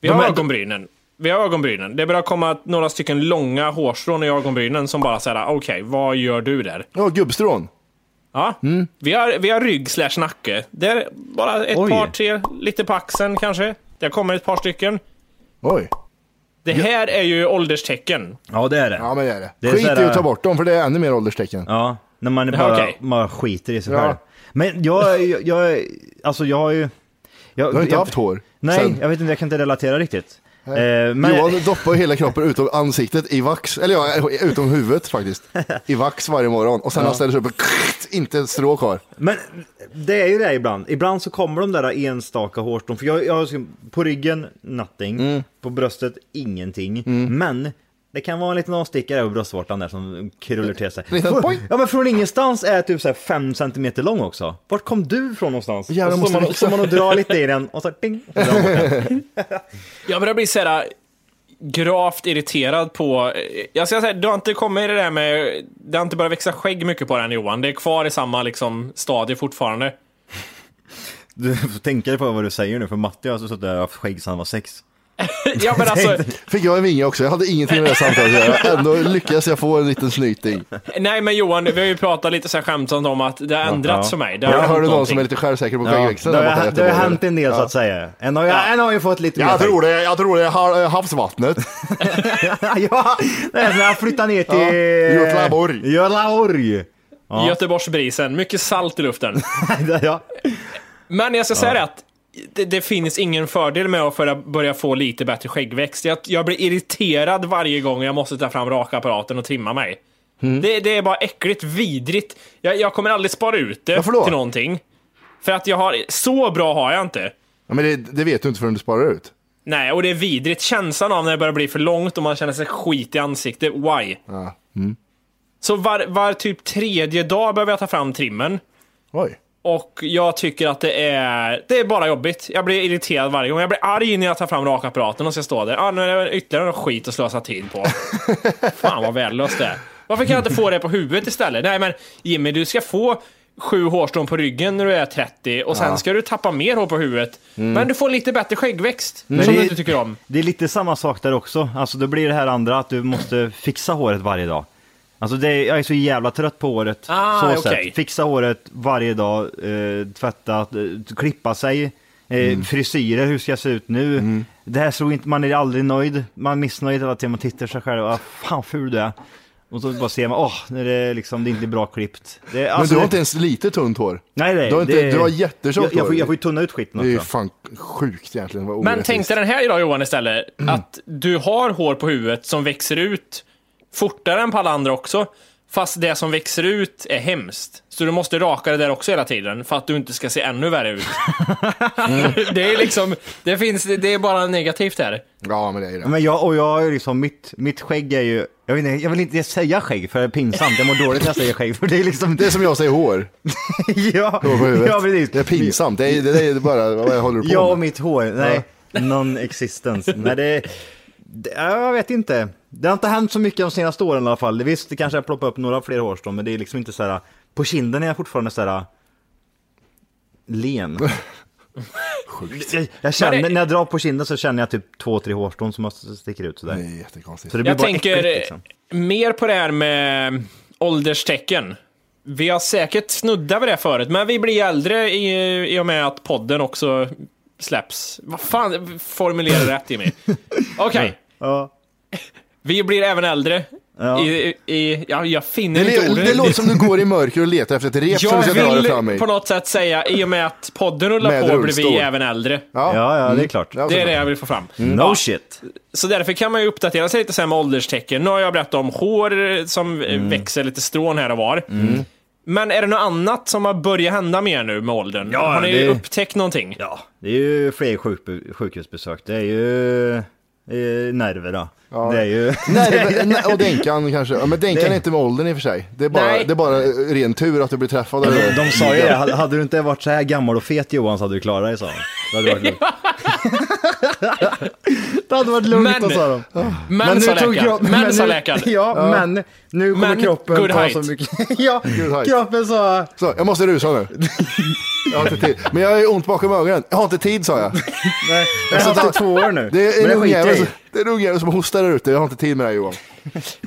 [SPEAKER 3] Vi har ögonbrynen. Vi har ögonbrynen. Det börjar komma några stycken långa hårstrån i ögonbrynen som bara säger okej, vad gör du där?
[SPEAKER 1] Ja, gubbstrån.
[SPEAKER 3] Ja. Vi, har, vi har rygg slash nacke. Det är bara ett
[SPEAKER 4] Oj.
[SPEAKER 3] par, tre, lite på axeln kanske. Det kommer ett par stycken.
[SPEAKER 1] Oj.
[SPEAKER 3] Det här är ju ålderstecken.
[SPEAKER 4] Ja, det är det.
[SPEAKER 1] Ja, men det är det.
[SPEAKER 4] Det är
[SPEAKER 1] Skit i
[SPEAKER 4] så här-
[SPEAKER 1] att ta bort dem, för det är ännu mer ålderstecken.
[SPEAKER 4] Ja, när man bara,
[SPEAKER 3] okej.
[SPEAKER 4] bara skiter i sig
[SPEAKER 1] Ja.
[SPEAKER 4] själv. Men jag, jag, jag, alltså jag har ju... Jag,
[SPEAKER 1] Du har inte
[SPEAKER 4] jag,
[SPEAKER 1] haft hår.
[SPEAKER 4] Nej,
[SPEAKER 1] sen.
[SPEAKER 4] jag vet inte, jag kan inte relatera riktigt. Eh, men,
[SPEAKER 1] Johan doppar ju hela kroppen utom ansiktet i vax, eller ja, utom huvudet faktiskt, i vax varje morgon. Och sen när han ställer sig upp, inte ett strå kvar.
[SPEAKER 4] men det är ju det ibland. Ibland så kommer de där enstaka hårstrån. För jag, jag har ju- på ryggen nothing, på bröstet ingenting. Men det kan vara en liten avstickare på bröstvårtan där som krullar till sig.
[SPEAKER 1] Liten
[SPEAKER 4] Från-
[SPEAKER 1] poing.
[SPEAKER 4] Ja men från ingenstans är jag typ såhär 5 cm lång också. Vart kom du ifrån någonstans?
[SPEAKER 1] Jävlar,
[SPEAKER 4] och
[SPEAKER 1] måste
[SPEAKER 4] så står man,
[SPEAKER 1] fixa.
[SPEAKER 4] så man och drar lite i den och så ding. Och så drar man bort den.
[SPEAKER 3] Jag börjar bli såhär äh, gravt irriterad på... eh, Jag ska säga, du har inte kommit i det där med... Det har inte börjat växa skägg mycket på den Johan. Det är kvar i samma liksom, stadie fortfarande.
[SPEAKER 4] Du får tänka dig på vad du säger nu, för Matti har alltså suttit där och haft skägg sedan han var sex.
[SPEAKER 3] Ja men alltså,
[SPEAKER 1] Fick jag en vinge också, jag hade ingenting med det här samtalet att göra. Ändå lyckas jag få en liten snyting.
[SPEAKER 3] nej men Johan, vi har ju pratat lite så här skämtsamt om att det har ändrats
[SPEAKER 4] ja.
[SPEAKER 3] för mig. Det
[SPEAKER 1] Jag
[SPEAKER 3] har
[SPEAKER 1] hörde
[SPEAKER 3] hänt
[SPEAKER 1] någon
[SPEAKER 3] någonting.
[SPEAKER 1] som är lite självsäker på
[SPEAKER 4] det,
[SPEAKER 1] skäggväxten. där borta i
[SPEAKER 4] har, det har
[SPEAKER 1] Göteborg.
[SPEAKER 4] hänt en del så att säga. En har, ja. en har ju fått lite
[SPEAKER 1] Jag
[SPEAKER 4] mer
[SPEAKER 1] tror det, jag tror det är ha- havsvattnet.
[SPEAKER 4] skägg. ja, det är som när han flyttar ner till...
[SPEAKER 1] Ja, Göteborg.
[SPEAKER 4] Göteborg.
[SPEAKER 3] Göteborgsbrisen, mycket salt i luften.
[SPEAKER 4] ja.
[SPEAKER 3] Men jag ska säga det att det, det finns ingen fördel med att föra- börja få lite bättre skäggväxt. Jag, jag blir irriterad varje gång jag måste ta fram rakapparaten och trimma mig.
[SPEAKER 1] Mm.
[SPEAKER 3] Det, det är bara äckligt, vidrigt. Jag, jag kommer aldrig spara ut det
[SPEAKER 1] Varför då?
[SPEAKER 3] till någonting. För att jag har, så bra har jag inte.
[SPEAKER 1] Ja, men det, det vet du inte förrän du sparar ut.
[SPEAKER 3] Nej, och det är vidrigt. Känslan av när det börjar bli för långt och man känner sig skit i ansiktet. Why?
[SPEAKER 1] Mm.
[SPEAKER 3] Så var, var typ tredje dag behöver jag ta fram trimmen.
[SPEAKER 1] Oj.
[SPEAKER 3] Och jag tycker att det är, det är bara jobbigt. Jag blir irriterad varje gång. Jag blir arg när jag tar fram rakapparaten och ska stå där. Ah, nu är det ytterligare något skit att slösa tid på. Fan vad värdelöst det är. Varför kan jag inte få det på huvudet istället? Nej men Jimmy, du ska få sju hårstrån på ryggen när du är 30 och sen ska du tappa mer hår på huvudet. Men du får lite bättre skäggväxt
[SPEAKER 4] Mm. Men
[SPEAKER 3] som
[SPEAKER 4] det-
[SPEAKER 3] du inte tycker om.
[SPEAKER 4] Det är lite samma sak där också. Alltså då blir det här andra att du måste fixa håret varje dag. Alltså det är, jag är så jävla trött på håret.
[SPEAKER 3] Ah,
[SPEAKER 4] så
[SPEAKER 3] okej.
[SPEAKER 4] sätt. Fixa håret varje dag, eh, tvätta, eh, klippa sig, eh,
[SPEAKER 1] Mm.
[SPEAKER 4] frisyrer, hur ska jag se ut nu? Det här såg inte, man är aldrig nöjd, man är missnöjd hela tiden, man tittar sig själv och ah, fan ful du är. Och så bara ser man, åh, när det, liksom, det inte är bra klippt. Det,
[SPEAKER 1] Men
[SPEAKER 4] alltså,
[SPEAKER 1] du har
[SPEAKER 4] det-
[SPEAKER 1] inte ens lite tunt hår.
[SPEAKER 4] Nej, nej.
[SPEAKER 1] Du har, inte,
[SPEAKER 4] det-
[SPEAKER 1] du har jättetjockt
[SPEAKER 4] jag, jag, får,
[SPEAKER 1] hår.
[SPEAKER 4] jag får ju tunna ut skiten
[SPEAKER 1] Det är ju
[SPEAKER 4] också.
[SPEAKER 1] fan sjukt egentligen. Vad
[SPEAKER 3] Men
[SPEAKER 1] orättvist.
[SPEAKER 3] tänk dig den här idag Johan istället, att du har hår på huvudet som växer ut fortare än på alla andra också, fast det som växer ut är hemskt. Så du måste raka det där också hela tiden, för att du inte ska se ännu värre ut. det är liksom, det finns, det är bara negativt här.
[SPEAKER 1] Ja, men det är det.
[SPEAKER 4] Men jag, och jag är liksom, mitt, mitt skägg är ju, jag, vet inte, jag vill inte säga skägg för det är pinsamt, jag mår dåligt när jag säger skägg för det är liksom,
[SPEAKER 1] Det är som jag säger hår.
[SPEAKER 4] ja,
[SPEAKER 1] hår på huvudet.
[SPEAKER 4] ja precis.
[SPEAKER 1] Det är pinsamt. Det är, det är bara, vad håller du på
[SPEAKER 4] Jag och
[SPEAKER 1] med?
[SPEAKER 4] mitt hår, nej. Non-existence. Nej, det, det, jag vet inte. Det har inte hänt så mycket de senaste åren i alla fall. Visst, det kanske har ploppat upp några fler hårstrån, men det är liksom inte så här. På kinden är jag fortfarande så här. Len. Jag, jag känner,
[SPEAKER 3] Men det-
[SPEAKER 4] när jag drar på kinden så känner jag typ två, tre hårstrån som har- sticker ut sådär.
[SPEAKER 1] Det är jättekonstigt.
[SPEAKER 4] Så det blir
[SPEAKER 3] Jag
[SPEAKER 4] bara
[SPEAKER 3] tänker
[SPEAKER 4] äckligt, liksom.
[SPEAKER 3] mer på det här med ålderstecken. Vi har säkert snuddat vid det förut, men vi blir äldre i, i och med att podden också släpps. Vad fan, formulera rätt Jimmy. Okej,
[SPEAKER 4] Ja.
[SPEAKER 3] vi blir även äldre.
[SPEAKER 4] Ja.
[SPEAKER 3] I, i, ja, jag finner
[SPEAKER 1] Det,
[SPEAKER 3] inte
[SPEAKER 1] det,
[SPEAKER 3] ordet.
[SPEAKER 1] det låter som du går i mörker och letar efter ett rep som du ska dra
[SPEAKER 3] jag
[SPEAKER 1] det fram i.
[SPEAKER 3] vill på något sätt säga, i och med att podden rullar
[SPEAKER 1] Med
[SPEAKER 3] på blir vi
[SPEAKER 1] rullstol.
[SPEAKER 3] även äldre.
[SPEAKER 4] Ja, ja, det är klart.
[SPEAKER 1] Ja,
[SPEAKER 3] Det är
[SPEAKER 1] såklart. Mm.
[SPEAKER 3] det jag vill få fram.
[SPEAKER 4] No shit.
[SPEAKER 3] Så därför kan man ju uppdatera sig lite så här med ålderstecken. Nu har jag berättat om hår som eh,
[SPEAKER 4] Mm.
[SPEAKER 3] växer lite strån här och var. Men är det något annat som har börjat hända mer nu med åldern?
[SPEAKER 4] Ja,
[SPEAKER 3] har ni
[SPEAKER 4] det-
[SPEAKER 3] upptäckt någonting?
[SPEAKER 4] Ja, det är ju fler sjukbe- sjukhusbesök. Det är ju eh, nerverna. Det är ju...
[SPEAKER 1] Nej, men- och Denkan kanske. Ja, men Denkan är inte med åldern i och för sig. Det är bara,
[SPEAKER 3] Nej.
[SPEAKER 1] det är bara ren tur att du blir träffad. av det.
[SPEAKER 4] De sa ju det, hade hade du inte varit så här gammal och fet Johan så hade du klarat dig sa de. Det hade varit lugnt. det hade varit lugnt
[SPEAKER 3] Men-
[SPEAKER 4] då sa de.
[SPEAKER 3] Men, sa läkaren.
[SPEAKER 4] kroppen-
[SPEAKER 3] Men, sa
[SPEAKER 4] nu-
[SPEAKER 3] läkaren.
[SPEAKER 4] Ja, men nu kommer
[SPEAKER 3] Men,
[SPEAKER 4] kroppen
[SPEAKER 3] good
[SPEAKER 4] ta så
[SPEAKER 3] height.
[SPEAKER 4] mycket. ja,
[SPEAKER 1] height.
[SPEAKER 4] kroppen sa...
[SPEAKER 1] Så, jag måste rusa nu. Jag har inte tid. Men jag har ju ont bakom ögonen. Jag har inte tid sa jag.
[SPEAKER 4] Nej, jag har haft det i två år nu.
[SPEAKER 1] Det är
[SPEAKER 4] men
[SPEAKER 1] en
[SPEAKER 4] skiter jag
[SPEAKER 1] ungjävel
[SPEAKER 4] i.
[SPEAKER 1] som- det är en ungjävel som hostar där ute. Jag har inte tid med det här Johan.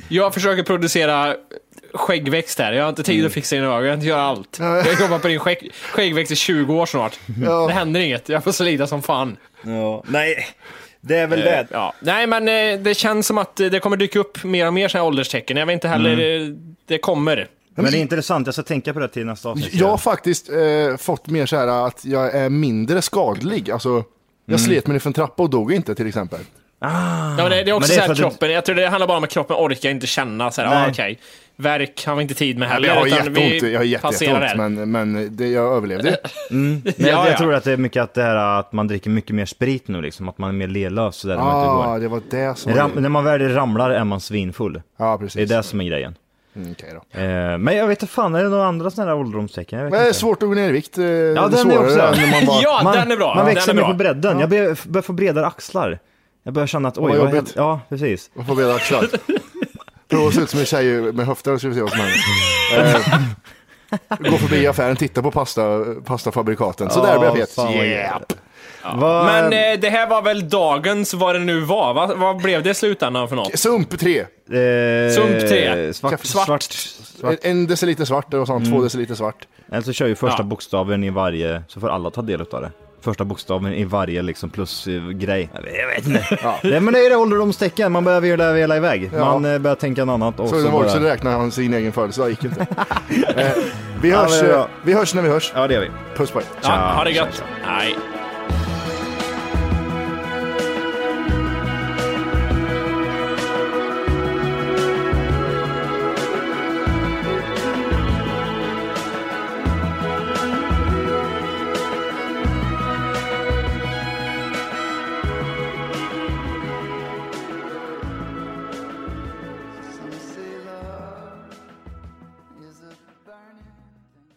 [SPEAKER 3] Jag försöker producera skäggväxt här. Jag har inte tid
[SPEAKER 4] Mm.
[SPEAKER 3] att fixa in ögon. Jag har inte göra allt. Jag har jobbat på din skägg, skäggväxt i 20 år snart. Det händer inget. Jag får slita som fan.
[SPEAKER 4] Ja, nej, det är väl det.
[SPEAKER 3] Ja. Nej, men eh, det känns som att eh, det kommer dyka upp mer och mer såna här ålderstecken. Jag vet inte heller.
[SPEAKER 4] Mm.
[SPEAKER 3] eh, Det kommer.
[SPEAKER 4] Men det är intressant, jag ska tänka på det till nästa avsnitt.
[SPEAKER 1] Jag har faktiskt eh, fått mer så här att jag är mindre skadlig. Alltså, jag slet mig ner för en trappa och dog inte till exempel.
[SPEAKER 3] Ja, men det, det är också
[SPEAKER 4] Men det är
[SPEAKER 3] så
[SPEAKER 4] för
[SPEAKER 3] här
[SPEAKER 4] att du-
[SPEAKER 3] kroppen, jag tror det handlar bara om att kroppen orkar inte känna så här,
[SPEAKER 4] Nej.
[SPEAKER 3] ah, okej. Värk har vi inte tid med heller.
[SPEAKER 1] Jag har
[SPEAKER 3] utan vi
[SPEAKER 1] jätteont, jag har
[SPEAKER 3] passerar
[SPEAKER 1] jätteont
[SPEAKER 3] det.
[SPEAKER 1] men, men det, jag överlevde.
[SPEAKER 4] Men jag,
[SPEAKER 3] Ja,
[SPEAKER 4] jag
[SPEAKER 3] ja.
[SPEAKER 4] tror att det är mycket att det här att man dricker mycket mer sprit nu liksom, att man är mer lelös sådär när man inte går.
[SPEAKER 1] ah, det var det som
[SPEAKER 4] Ram,
[SPEAKER 1] var...
[SPEAKER 4] när man väl ramlar är man svinfull.
[SPEAKER 1] Ja,
[SPEAKER 4] Det är
[SPEAKER 1] precis.
[SPEAKER 4] det som är grejen.
[SPEAKER 1] Mm, okej då.
[SPEAKER 4] Eh, men jag vet inte fan, är det några andra sådana här ålderdomstecken? Jag vet
[SPEAKER 1] Men det är
[SPEAKER 4] inte.
[SPEAKER 1] svårt att gå ner i vikt. Ja,
[SPEAKER 4] den är också-
[SPEAKER 1] Än man bara...
[SPEAKER 3] Ja, den är bra.
[SPEAKER 4] Man
[SPEAKER 3] Ja,
[SPEAKER 4] växer
[SPEAKER 3] den är
[SPEAKER 4] mer
[SPEAKER 3] bra.
[SPEAKER 4] på bredden. Jag börjar, börjar få bredare axlar. Jag börjar känna att
[SPEAKER 1] vad
[SPEAKER 4] oj, vad
[SPEAKER 1] jobbigt.
[SPEAKER 4] Ja, precis.
[SPEAKER 1] Man får breda axlar. Prova att se ut som en tjej med höfter så ska vi se vad som händer. Eh, gå förbi affären, titta på pasta, pastafabrikaten. Så där blir jag fet.
[SPEAKER 4] fan vad
[SPEAKER 1] Yeah.
[SPEAKER 4] Vad-
[SPEAKER 3] Men eh, det här var väl dagens, vad det nu var. Va? Vad blev det i slutändan för något?
[SPEAKER 1] Sump 3.
[SPEAKER 4] eh,
[SPEAKER 3] sump tre.
[SPEAKER 4] Svart,
[SPEAKER 1] Svart.
[SPEAKER 4] svart. Mm.
[SPEAKER 1] En, en deciliter svart och sånt, två deciliter svart.
[SPEAKER 4] Eller så kör ju första
[SPEAKER 3] Ja.
[SPEAKER 4] bokstaven i varje, så får alla ta del av det. Första bokstaven i varje liksom plus eh, grej. Jag vet inte. Nej men det är det ålderdomstecken, man börjar vela, vela iväg. Man eh, börjar tänka något annat och
[SPEAKER 1] Så
[SPEAKER 4] så,
[SPEAKER 1] den var också
[SPEAKER 4] bara...
[SPEAKER 1] räknade han sin egen födelsedag, gick inte. Eh, vi,
[SPEAKER 4] Ja,
[SPEAKER 1] hörs,
[SPEAKER 4] det är bra.
[SPEAKER 1] eh, vi hörs när vi hörs.
[SPEAKER 4] Ja det gör vi.
[SPEAKER 1] Puss på er.
[SPEAKER 3] Ja, ha det
[SPEAKER 4] Tja,
[SPEAKER 3] gött. Nej.
[SPEAKER 6] Some say love is a burning thing.